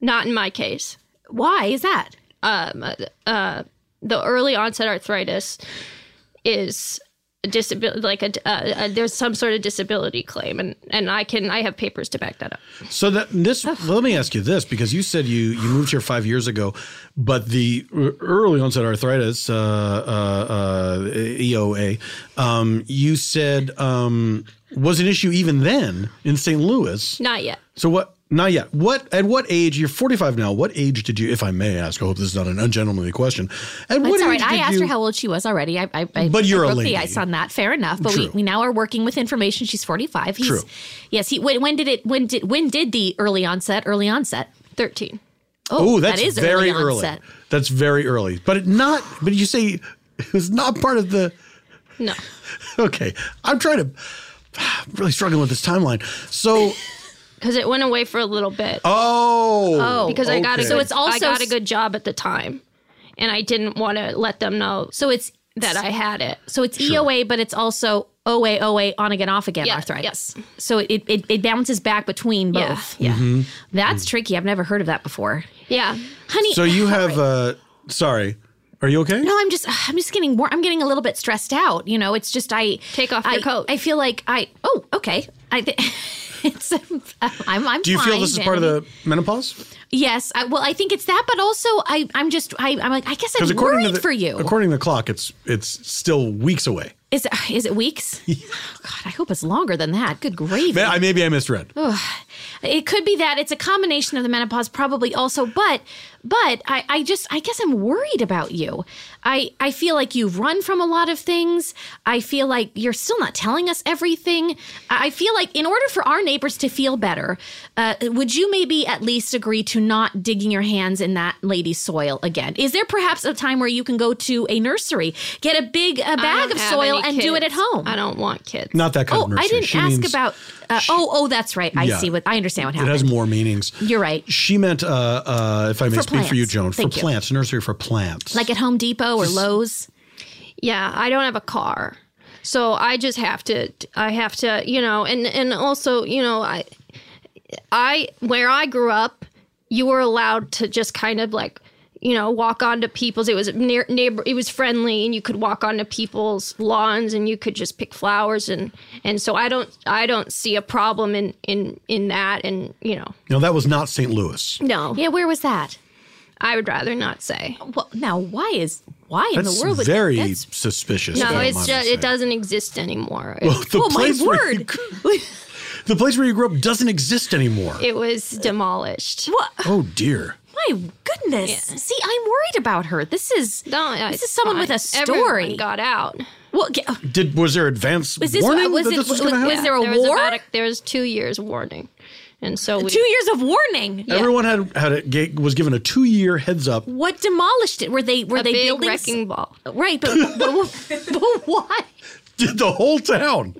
Not in my case.
Why is that?
Um, uh, the early onset arthritis is a disability, like a, uh, uh there's some sort of disability claim, and and I can I have papers to back that up.
So that this, let me ask you this, because you said you you moved here five years ago, but the e- early onset arthritis, uh, uh, uh, EOA, um, you said um, was an issue even then in St. Louis.
Not yet.
So what? Not yet. What? At what age? You're 45 now. What age did you, if I may ask? I hope this is not an ungentlemanly question. At what
That's all
age
right. I
did
asked
you-
her how old she was already. I, I, I
But you're
I
a
broke
lady.
the ice on that. Fair enough. But we,
True.
we now are working with information. She's 45. He's,
True.
Yes. He. When, when did it? When did? When did the early onset? Early onset.
Thirteen.
Oh, that's
that is
very
early
early.
onset.
That's very early. But it not. But you say it was not part of the.
No.
Okay, I'm trying to. I'm really struggling with this timeline. So,
Because it went away for a little bit.
oh,
because I got
okay.
a good,
So it's also
I got a
s-
good job at the time, and I didn't want to let them know
So it's
that I had it.
So it's EOA, but it's also OA, OA, on again, off again
Yeah,
arthritis. So it, it, it bounces back between both.
Yeah,
yeah.
Mm-hmm.
That's tricky. I've never heard of that before.
Yeah,
Honey,
So you have. Uh, sorry, are you okay?
no, I'm just I'm just getting more I'm getting a little bit stressed out. You know, it's just I
Take off
I,
your coat.
I feel like I oh, okay. I thi- it's I'm I'm
Do you feel
fine,
this is part of the
Vanity.
menopause?
Yes, I, well I think it's that, but also I I'm just I I'm like I guess I'm
Because according
worried
to the,
for you.
according to the clock, it's it's still weeks away.
is it, is it weeks? Oh, God, I hope it's longer than that. Good gravy.
Ma- I, maybe I misread.
Oh. it could be that it's a combination of the menopause probably also but but I, I just i guess i'm worried about you i i feel like you've run from a lot of things i feel like you're still not telling us everything i I feel like in order for our neighbors to feel better uh, would you maybe at least agree to not digging your hands in that lady's soil again is there perhaps a time where you can go to a nursery get a big a
I
bag
don't
of
have
soil
any
and do it at
kids.
home
I don't want kids.
Not that kind
Oh,
of nursery.
I didn't
She
ask
means-
about. Uh, oh, oh, that's right. I
Yeah.
see what I understand what
It
happened.
has more meanings.
You're right.
She meant, uh, uh, if I may
For
speak for you,
plants.
Joan,
Thank
for
you.
plants, nursery for plants.
like at Home Depot or Lowe's.
Yeah, I don't have a car, so I just have to. I have to, you know, and and also, you know, I, I where I grew up, you were allowed to just kind of like. You know, walk onto people's. It was near neighbor. It was friendly, and you could walk onto people's lawns, and you could just pick flowers, and and so I don't, I don't see a problem in in in that, and you know,
no, that was not St. Louis.
no,
Yeah, where was that?
I would rather not say.
Well, now why is why in
That's
the world would
very
that's,
suspicious. if
No,
I
it's
might
just
say.
it doesn't exist anymore.
Well, the
Oh my
place Where you,
word!
gr- the place where you grew up doesn't exist anymore.
it was demolished.
what?
oh dear.
My goodness! See, I'm worried about her. This is
No,
this is someone with a story.
Everyone got out.
Well, g- uh,
Did was there advance
this-
warning
was
that
it-
this was
was-
going to
was
happen?
there a
there was
war?
about a- there was two years warning, and so we,
two years of warning.
Everyone had had a, ga- was given a two year heads up.
What demolished it? Were they were
a
they
big
building s-
wrecking ball.
Right, but, but, but why?
Did the whole town?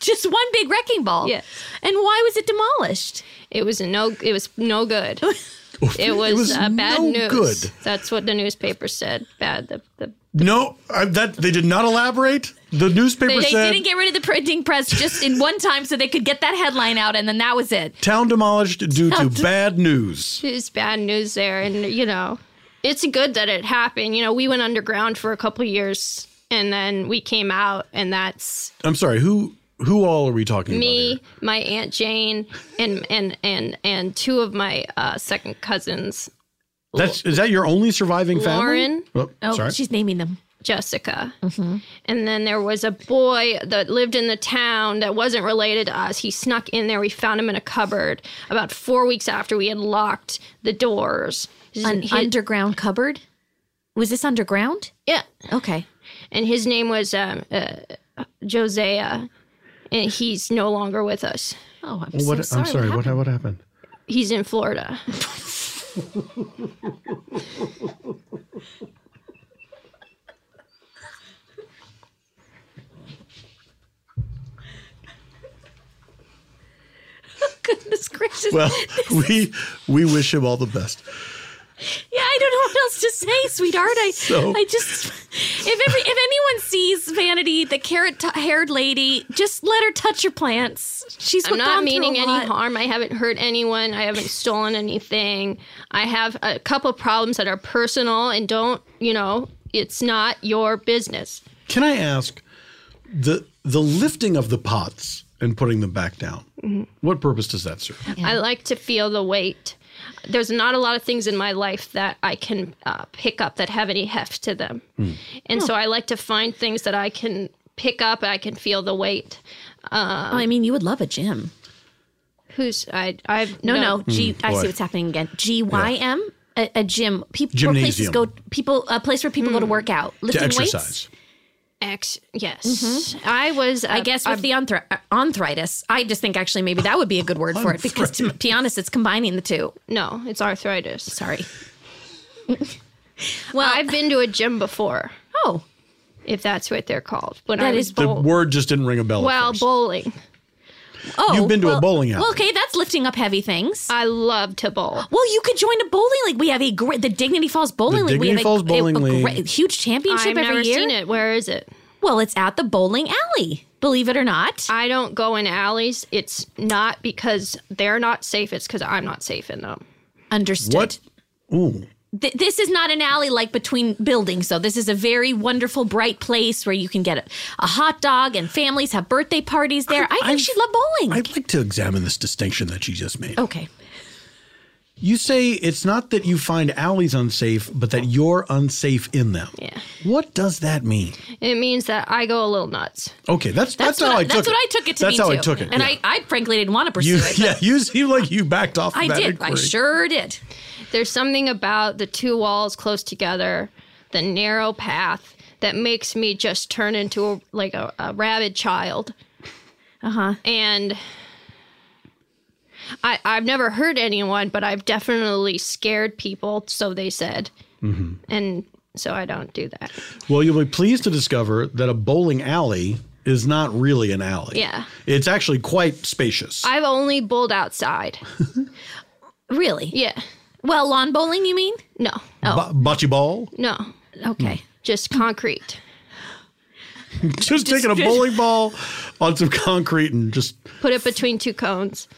Just one big wrecking ball.
Yes.
And why was it demolished?
It was no. It was no good. It was,
was
uh, bad
no
news.
good.
That's what the newspaper said. Bad. The, the,
No, I, that they did not elaborate. The newspaper
They
said
didn't get rid of the printing press just in one time so they could get that headline out, and then that was it.
town demolished due to bad news.
it was bad news there, and you know, it's good that it happened. You know, we went underground for a couple years, and then we came out, and that's
I'm sorry. Who who all are we talking about?
me, my aunt Jane, and and and and two of my uh, second cousins,
here? That's is that your only surviving
Lauren,
family?
Oh,
Oh, sorry.
she's naming them.
Jessica, and then there was a boy that lived in the town that wasn't related to us. He snuck in there. We found him in a cupboard about four weeks after we had locked the doors.
An
His-
underground cupboard? Was this underground?
yeah,
Okay.
Oh. and his name was um, uh, Josea, and he's no longer with us.
Oh, I'm
What,
so sorry.
I'm sorry. What happened? What happened?
He's in Florida.
Goodness gracious.
Well, we we wish him all the best.
yeah, I don't know what else to say, sweetheart. I,
So-
I just, if every, if anyone sees Vanity, the carrot-haired lady, just let her touch your plants. She's
I'm
gone
not
through
meaning
a
any
lot.
harm. I haven't hurt anyone. I haven't stolen anything. I have a couple problems that are personal and don't, you know, it's not your business.
Can I ask the the lifting of the pots and putting them back down? What purpose does that serve?
I like to feel the weight. There's not a lot of things in my life that I can uh, pick up that have any heft to them.
Hmm.
And
Oh.
so I like to find things that I can pick up, I can feel the weight.
Oh, I mean, you would love a gym.
Who's I I've
No, no. G. I
Mm, boy.
see what's happening again. G Y M. A, a gym. People. Places
Gymnasium.
go. People. A place where people go to work out.
To
Lifting weights.
exercise.
Ex yes. I was
Mm-hmm. I guess with the anthra- uh, arthritis, I just think actually maybe that would be a good word for it because to be honest, it's combining the two.
no, it's arthritis.
Sorry. well,
I've been to a gym before,
oh,
if that's what they're called. When
That
I was
is
The
bowl-
word just didn't ring a bell. at
well,
first.
bowling.
oh,
You've been to a
well-
bowling alley.
Well, okay, that's lifting up heavy things.
I love to bowl.
well, you could join a bowling league. We have a great the Dignity Falls Bowling League. We
Dignity
have a-
Falls
a,
Bowling
a
League.
great- huge championship
I've
every
never
year.
seen it. Where is it?
Well, it's at the bowling alley. Believe it or not.
I don't go in alleys. It's not because they're not safe. It's because I'm not safe in them.
Understood.
what? Ooh,
Th- this is not an alley like between buildings, though. This is a very wonderful, bright place where you can get a, a hot dog and families have birthday parties there. I,
I've-
think she'd love bowling.
I'd like to examine this distinction that you just made.
okay.
You say it's not that you find alleys unsafe, but that you're unsafe in them.
Yeah.
What does that mean?
It means that I go a little nuts.
Okay, that's that's,
what
how I,
I-
took
that's
it.
what I took it to
That's
mean
how I
too.
took it.
And
yeah.
I, I frankly didn't want to
you,
pursue it.
yeah, you seem like you backed off.
I
that
did. I
inquiry.
sure did.
There's something about the two walls close together, the narrow path that makes me just turn into a, like a, a rabid child. Uh huh. And I I've never hurt anyone, but I've definitely scared people. So they said, and so I don't do that.
Well, you'll be pleased to discover that a bowling alley is not really an alley.
Yeah.
It's actually quite spacious.
I've only bowled outside.
Really?
Yeah.
Well, lawn bowling, you mean?
No.
Bo- bocce ball?
No. Mm.
Okay.
Just concrete.
Just, taking a bowling ball on some concrete and just
Put it between two cones.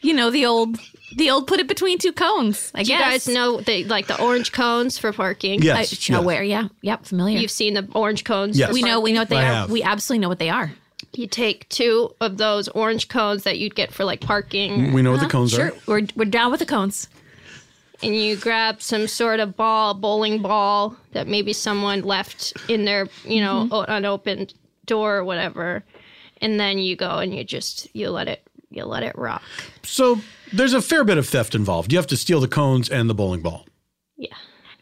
You know the old, the old put it between two cones. I
Do you
guess.
guys know they like the orange cones for parking?
yes.
I,
yes.
Aware? Yeah. Yep. Familiar.
You've seen the orange cones.
Yes.
for
we know. We know what they
I
are.
have.
We absolutely know what they are.
You take two of those orange cones that you'd get for like parking,
We know what the cones
Uh-huh. Sure.
are.
We're we're down with the cones.
and you grab some sort of ball, bowling ball that maybe someone left in their, you
Mm-hmm.
know, o unopened door or whatever, and then you go and you just you let it you let it rock.
So there's a fair bit of theft involved. You have to steal the cones and the bowling ball.
Yeah.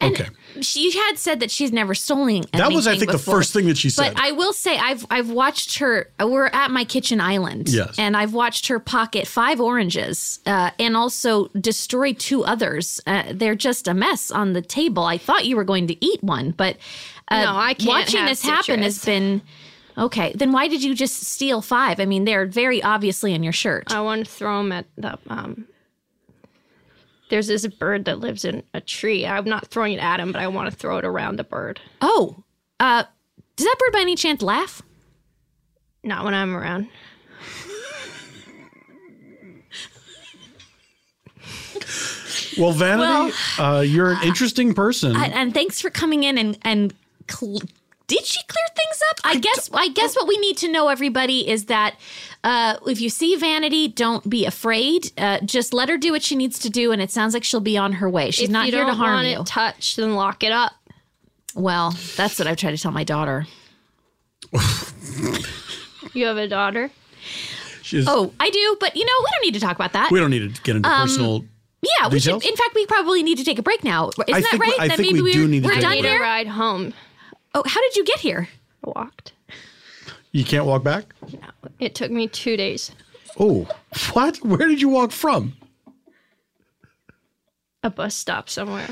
Okay.
She had said that she's never stolen.
That was, I
anything
think, the
before.
first thing that she said.
But I will say I've I've watched her. We're at my kitchen island,
Yes.
and I've watched her pocket five oranges uh, and also destroy two others. Uh, they're just a mess on the table. I thought you were going to eat one, but uh,
No, I can't
watching
have
this happen
citrus.
has been okay. Then why did you just steal five? I mean, they're very obviously in your shirt.
I want to throw them at the. Um, there's this bird that lives in a tree. I'm not throwing it at him, but I want to throw it around the bird.
oh, uh, does that bird by any chance laugh?
Not when I'm around.
well, Vanity, uh, you're an interesting person.
and, and thanks for coming in and and cl- did she clear things up? I, guess I guess what we need to know, everybody, is that uh, if you see Vanity, don't be afraid. Uh, just let her do what she needs to do, and it sounds like she'll be on her way. She's
if
not
you
here
don't
to harm
want
you.
it touched, then lock it up.
well, that's what I've tried to tell my daughter.
You have a daughter.
She's-
Oh, Um, I do, but you know we don't need to talk about that.
We don't need to get into personal.
yeah, we
Details?
should. In fact, we probably need to take a break now. Isn't that
think we-
right?
I
That
think we do
we're,
need to
we're
take a
done
Need a
here.
ride home.
Oh, how did you get here?
I walked.
You can't walk back?
It took me two days.
Oh, what? Where did you walk from?
A bus stop somewhere.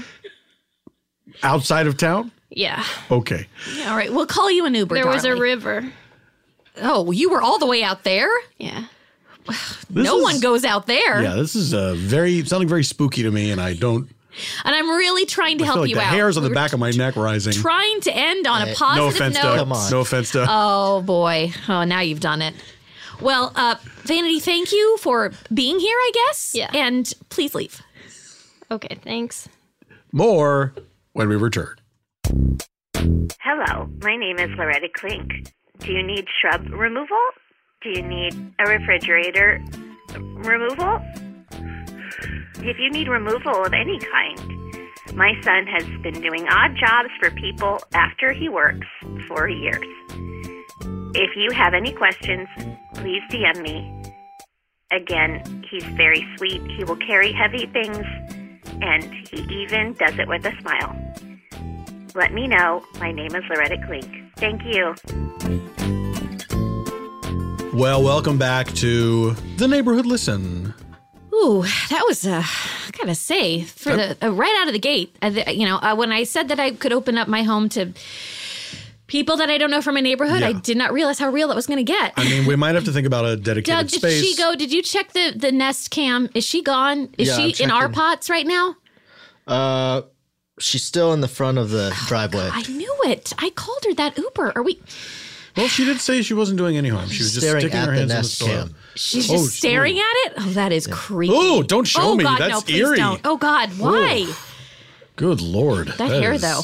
Outside of town?
Yeah.
Okay.
All right, we'll call you an Uber.
There was a
darling.
river.
oh, you were all the way out there.
Yeah.
This
no
is-
one goes out there.
Yeah, this is uh, very something very spooky to me, and I don't
And I'm really trying to
I
help
feel like
you
the
out.
hairs on the
We're
back of my neck rising.
Trying to end on
Eh,
a
No
positive
offense,
note.
Doug.
Come on.
No offense, Doug.
Oh boy. Oh, now you've done it. Well, uh, Vanity, thank you for being here, I guess.
Yeah.
And please leave.
Okay, thanks.
More when we return.
Hello, my name is Loretta Klink. Do you need shrub removal? Do you need a refrigerator removal? If you need removal of any kind, my son has been doing odd jobs for people after he works for years. If you have any questions, please DM me. Again, he's very sweet. He will carry heavy things, and he even does it with a smile. Let me know. My name is Loretta Klink. Thank you.
Well, welcome back to the neighborhood. Listen,
Ooh, that was uh, I gotta say, for the uh, right out of the gate, uh, the, you know, uh, when I said that I could open up my home to people that I don't know from my neighborhood, I
Yeah.
did not realize how real that was going to get.
I mean, we might have to think about a dedicated
Doug, did
space.
she go? Did you check the the Nest cam? Is she gone? Is
Yeah,
she
I'm
in our
checking.
pots right now?
Uh, she's still in the front of the driveway.
I knew it. I called her that Uber. Are we?
Well, she did say she wasn't doing any harm. She was just
Staring
sticking
at
her
the
hands in the
nest
soil.
cam.
She's
Oh,
just
she-
staring at it. Oh, that is creepy.
Ooh, don't show
oh,
me.
God, no,
That's
please
eerie.
Don't. Oh God, why?
Good lord,
That, hair
is
though.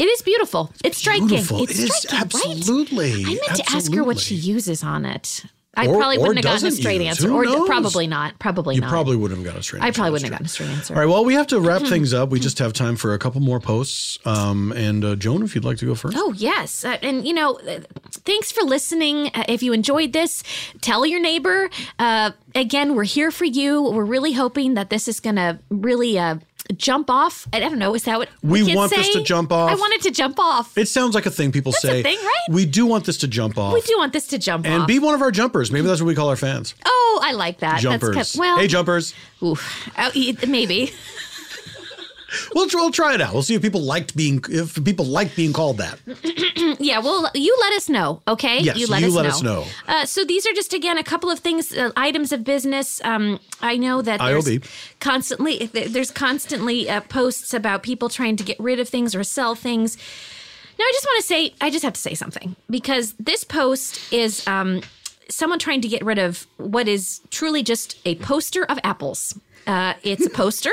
It is beautiful. It's, striking.
beautiful.
It's
It is
striking,
absolutely.
Right? I meant to ask her what
Absolutely.
she uses on it. I
Or-
probably
or
wouldn't have gotten a
doesn't
straight
use.
answer.
Who
or
knows?
probably not. Probably
You
not.
probably wouldn't have gotten a straight
I
answer.
probably
That's
wouldn't have gotten a straight Mm-hmm. answer.
All right, well, we have to wrap things up. We just have time for a couple more posts. Um, and uh, Joan, if you'd like to go first.
Oh, yes. Uh, and, you know, uh, thanks for listening. Uh, if you enjoyed this, tell your neighbor. Uh, again, we're here for you. We're really hoping that this is going to really uh, jump off. I don't know. Is that what
We
kids
want this
say?
to jump off.
I want it to jump off.
It sounds like a thing people
a
say.
thing, right?
We do want this to jump off.
we do want this to jump
And
off.
be one of our jumpers. Maybe that's what we call our fans.
oh, I like that.
Jumpers.
That's kind well,
hey, jumpers.
oof. Oh, e- maybe.
We'll, we'll try it out. We'll see if people liked being if people like being called that.
Mm, Yeah, well, you let us know, okay?
Yes, you let us know.
Uh, so these are just again a couple of things, uh, items of business. Um, I know that there's
IOB.
constantly th- there's constantly uh, posts about people trying to get rid of things or sell things. Now, I just want to say, I just have to say something because this post is um, someone trying to get rid of what is truly just a poster of apples. Uh, it's a poster.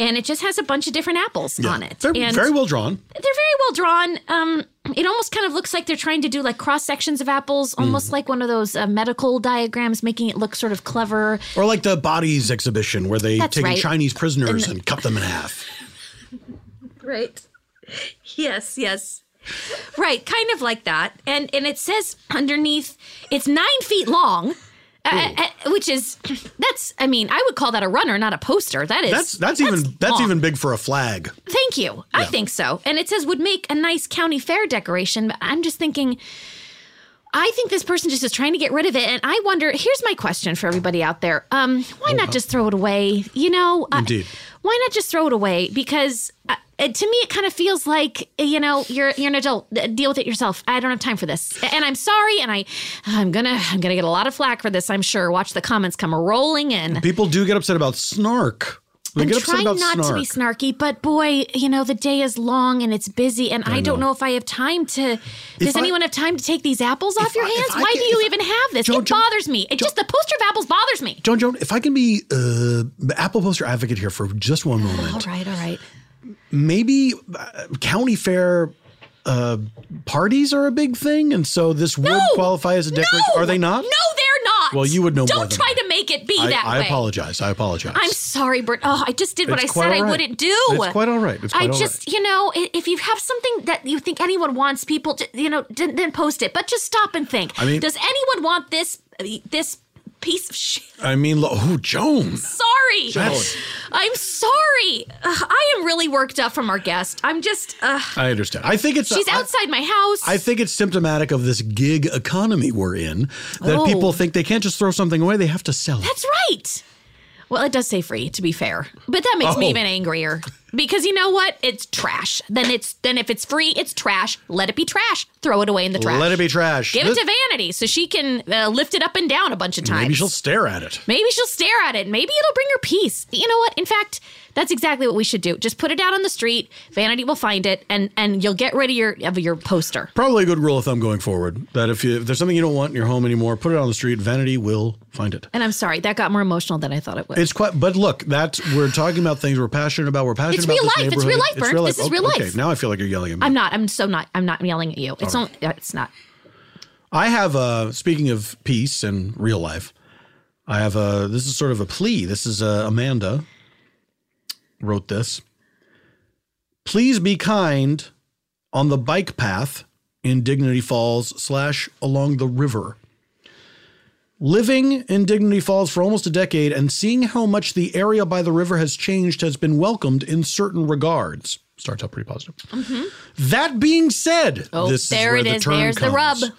And it just has a bunch of different apples on it.
They're
and
very well drawn.
they're very well drawn. Um, it almost kind of looks like they're trying to do like cross sections of apples,
Mm.
almost like one of those uh, medical diagrams, making it look sort of clever.
Or like the bodies exhibition where they
That's
take
right.
Chinese prisoners and cut them in half.
Right. Yes. Yes. Right. Kind of like that, and and it says underneath it's nine feet long. Uh, uh, which is that's i mean i would call that a runner not a poster that is
That's that's even that's,
long.
even big for a flag.
Thank you. I think so. And it says would make a nice county fair decoration. But I'm just thinking, I think this person just is trying to get rid of it. And I wonder. Here's my question for everybody out there: um, Why not just throw it away? You know, I-
Indeed.
why not just throw it away? Because uh, it, to me, it kind of feels like you know you're you're an adult. Uh, Deal with it yourself. I don't have time for this. And I'm sorry. And I I'm gonna I'm gonna get a lot of flack for this. I'm sure. Watch the comments come rolling in.
People do get upset about snark. They
I'm
get upset
trying
about
not to
snark.
be snarky, but boy, you know, the day is long and it's busy, and I, don't know if I have time to. does
I-
anyone have time to take these apples off your
I- if
hands?
I
Why
can-
do you
if I-
even have this?
Joan,
it
Joan-
bothers me. It just the poster of apples bothers me.
Joan Joan, if I can be uh, Apple poster advocate here for just one
All
moment,
right, all right.
maybe uh, county fair uh, parties are a big thing, and so this would qualify as a decoration.
No!
Are they not?
No, they're not.
Well, you would know
Don't
more than
try
I.
to make it be
I,
that
I
way.
apologize. I apologize.
I'm sorry, Bert. Oh, I just did what
It's
I
quite
said
all
I
right.
wouldn't do.
It's quite all right. It's quite
I
all
just,
right.
you know, i- if you have something that you think anyone wants, people, to- you know, then then post it. But just stop and think.
I mean-
does anyone want this this piece of shit?
I mean, lo- oh, Joan.
Sorry,
That's-
I'm sorry. Ugh, I am really worked up from our guest. I'm just, uh,
I understand. I think it's
she's
I-
outside my house.
I think it's symptomatic of this gig economy we're in that
Oh.
people think they can't just throw something away; they have to sell it.
That's right. Well, it does say free, to be fair, but that makes me
Oh.
even angrier because you know what? It's trash. Then it's then if it's free, it's trash. Let it be trash. Throw it away in the trash.
Let it be trash.
Give it to Vanity so she can uh, lift it up and down a bunch of times.
Maybe she'll stare at it.
Maybe she'll stare at it. Maybe it'll bring her peace. You know what? In fact, that's exactly what we should do. Just put it out on the street. Vanity will find it, and and you'll get rid of your of your poster.
Probably a good rule of thumb going forward that if, you, if there's something you don't want in your home anymore, put it on the street. Vanity will find it.
And I'm sorry, that got more emotional than I thought it would.
It's quite, but look, that's we're talking about things we're passionate about. We're passionate
It's
about
real
this
life. It's real
neighborhood.
life, Bert. This is
Okay,
real life.
Okay, now I feel like you're yelling at me.
I'm not. I'm so not. I'm not yelling at you. It's
All right.
only. It's not.
I have a speaking of peace and real life. I have a this is sort of a plea. This is uh, Amanda wrote this. Please be kind on the bike path in Dignity Falls slash along the river. Living in Dignity Falls for almost a decade and seeing how much the area by the river has changed has been welcomed in certain regards. Starts out pretty positive. That being said,
Mm-hmm. Oh,
this
there
is
it
where
is.
the turn
There's the
comes.
rub.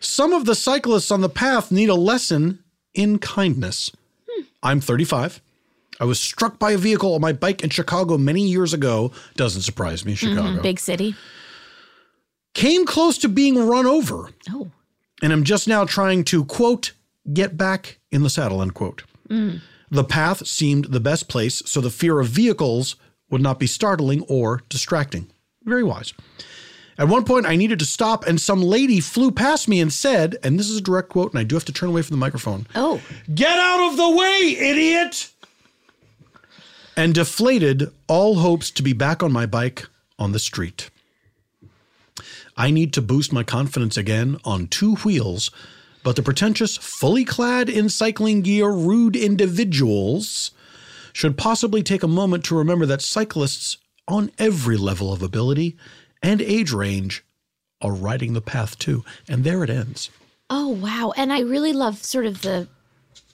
Some of the cyclists on the path need a lesson in kindness. I'm 35. I was struck by a vehicle on my bike in Chicago many years ago. Doesn't surprise me, Chicago.
Big city.
Came close to being run over,
Oh.
and I'm just now trying to, quote, get back in the saddle, unquote. The path seemed the best place, so the fear of vehicles would not be startling or distracting. Very wise. At one point, I needed to stop, and some lady flew past me and said, and this is a direct quote, and I do have to turn away from the microphone
Oh.
Get out of the way, idiot! And deflated all hopes to be back on my bike on the street. I need to boost my confidence again on two wheels, but the pretentious, fully clad in cycling gear, rude individuals should possibly take a moment to remember that cyclists on every level of ability and age range are riding the path too. And there it ends.
Oh wow. And I really love sort of the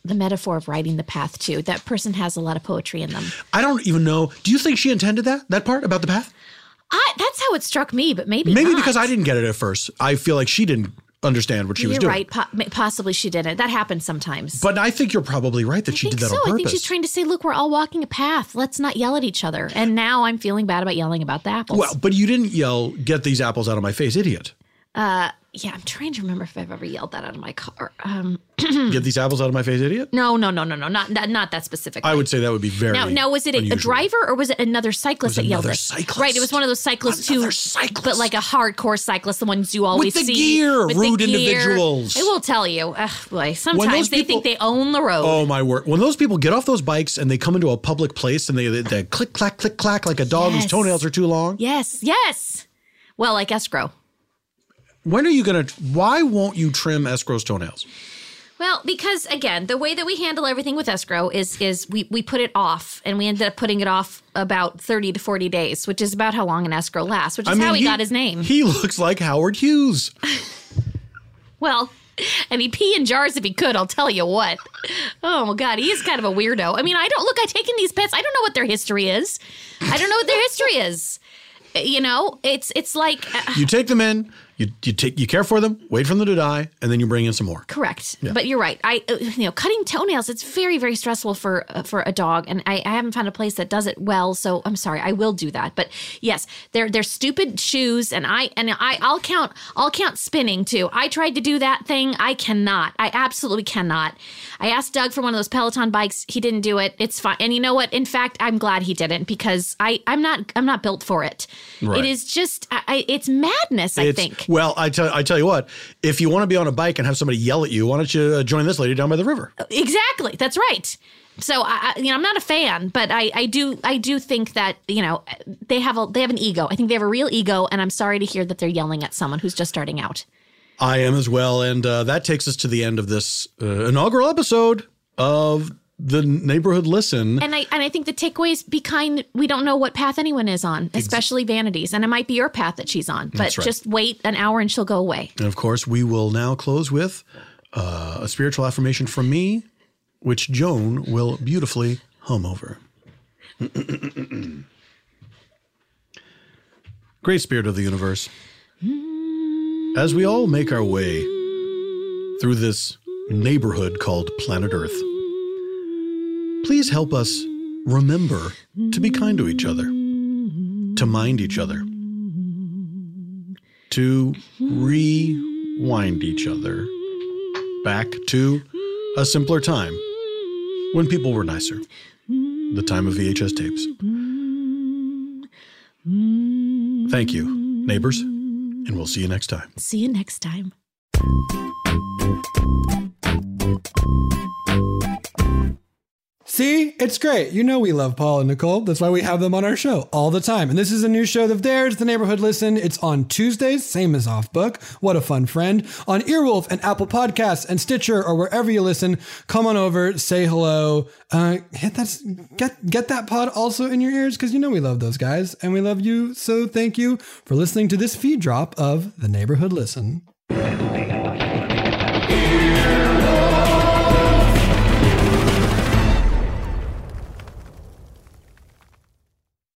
the metaphor of riding the path too. That person has a lot of poetry in them.
I don't even know. Do you think she intended that? That part about the path?
I, that's how it struck me, but maybe
Maybe
not.
because I didn't get it at first. I feel like she didn't understand what she
You're
was doing.
right. Po- ma- possibly she didn't. That happens sometimes.
But I think you're probably right that
I
she
think
did that
so.
on purpose.
I think she's trying to say, look, we're all walking a path. Let's not yell at each other. And now I'm feeling bad about yelling about the apples.
well, but you didn't yell, "Get these apples out of my face, idiot!"
uh, yeah, I'm trying to remember if I've ever yelled that out of my car. Um,
Get these apples out of my face, idiot.
no, no, no, no, no, not not, not that specific.
I would say that would be very.
Now, now was it a, a
unusual.
driver or was it another cyclist
It was
that yelled
another
it?
cyclist.
Right, it was one of those cyclists
Another
who,
cyclist.
but like a hardcore cyclist, the ones you always
the
see
gear, rude individuals.
I will tell you, Ugh, boy, sometimes they
people-
think they own the road.
Oh my word! When those people get off those bikes and they come into a public place and they, they, they click clack click clack like a dog
Yes.
whose toenails are too long.
Yes, yes. Well, like escrow.
When are you gonna? Why won't you trim escrow's toenails?
Well, because again, the way that we handle everything with escrow is is we we put it off, and we ended up putting it off about thirty to forty days, which is about how long an escrow lasts, which is how he, got his name.
He looks like Howard Hughes.
well, and he'd pee in jars if he could. I'll tell you what. Oh my god, he is kind of a weirdo. I mean, I don't look. I taken these pets. I don't know what their history is. I don't know what their history is. You know, it's it's like uh,
You take them in, you you take you care for them, wait for them to die, and then you bring in some more.
Correct, but you're right. I, uh, you know, cutting toenails it's very, very stressful for uh, for a dog, and I, I haven't found a place that does it well. So I'm sorry, I will do that. But yes, they're they're stupid shoes, and I and I I'll count I'll count spinning too. I tried to do that thing. I cannot. I absolutely cannot. I asked Doug for one of those Peloton bikes. He didn't do it. It's fine. And you know what? In fact, I'm glad he didn't because I I'm not I'm not built for it.
Right.
It is just I, I, it's madness. I
It's-
think.
Well, I tell I tell you what, if you want to be on a bike and have somebody yell at you, why don't you uh, join this lady down by the river?
Oh. Exactly. That's right. So I, I, you know, I'm not a fan, but I, I do, I do think that you know they have a, they have an ego. I think they have a real ego, and I'm sorry to hear that they're yelling at someone who's just starting out.
I am as well, and uh, that takes us to the end of this uh, inaugural episode of the neighborhood listen.
And I, and I think the takeaway is be kind. We don't know what path anyone is on, especially vanities, and it might be your path that she's on. But
right.
just wait an hour, and she'll go away.
And of course, we will now close with uh, a spiritual affirmation from me, which Joan will beautifully hum over. Great Spirit of the Universe, as we all make our way through this neighborhood called planet Earth, Please help us remember to be kind to each other, to mind each other, to rewind each other back to a simpler time when people were nicer, the time of VHS tapes. Thank you, neighbors, and we'll see you next time.
See you next time.
See, it's great. You know we love Paul and Nicole. That's why we have them on our show all the time. And this is a new show of theirs, The Neighborhood Listen. It's on Tuesdays, same as Off Book. What a fun friend. On Earwolf and Apple Podcasts and Stitcher or wherever you listen, come on over, say hello. Uh, hit that, get get that pod also in your ears because you know we love those guys and we love you. So thank you for listening to this feed drop of The Neighborhood Listen.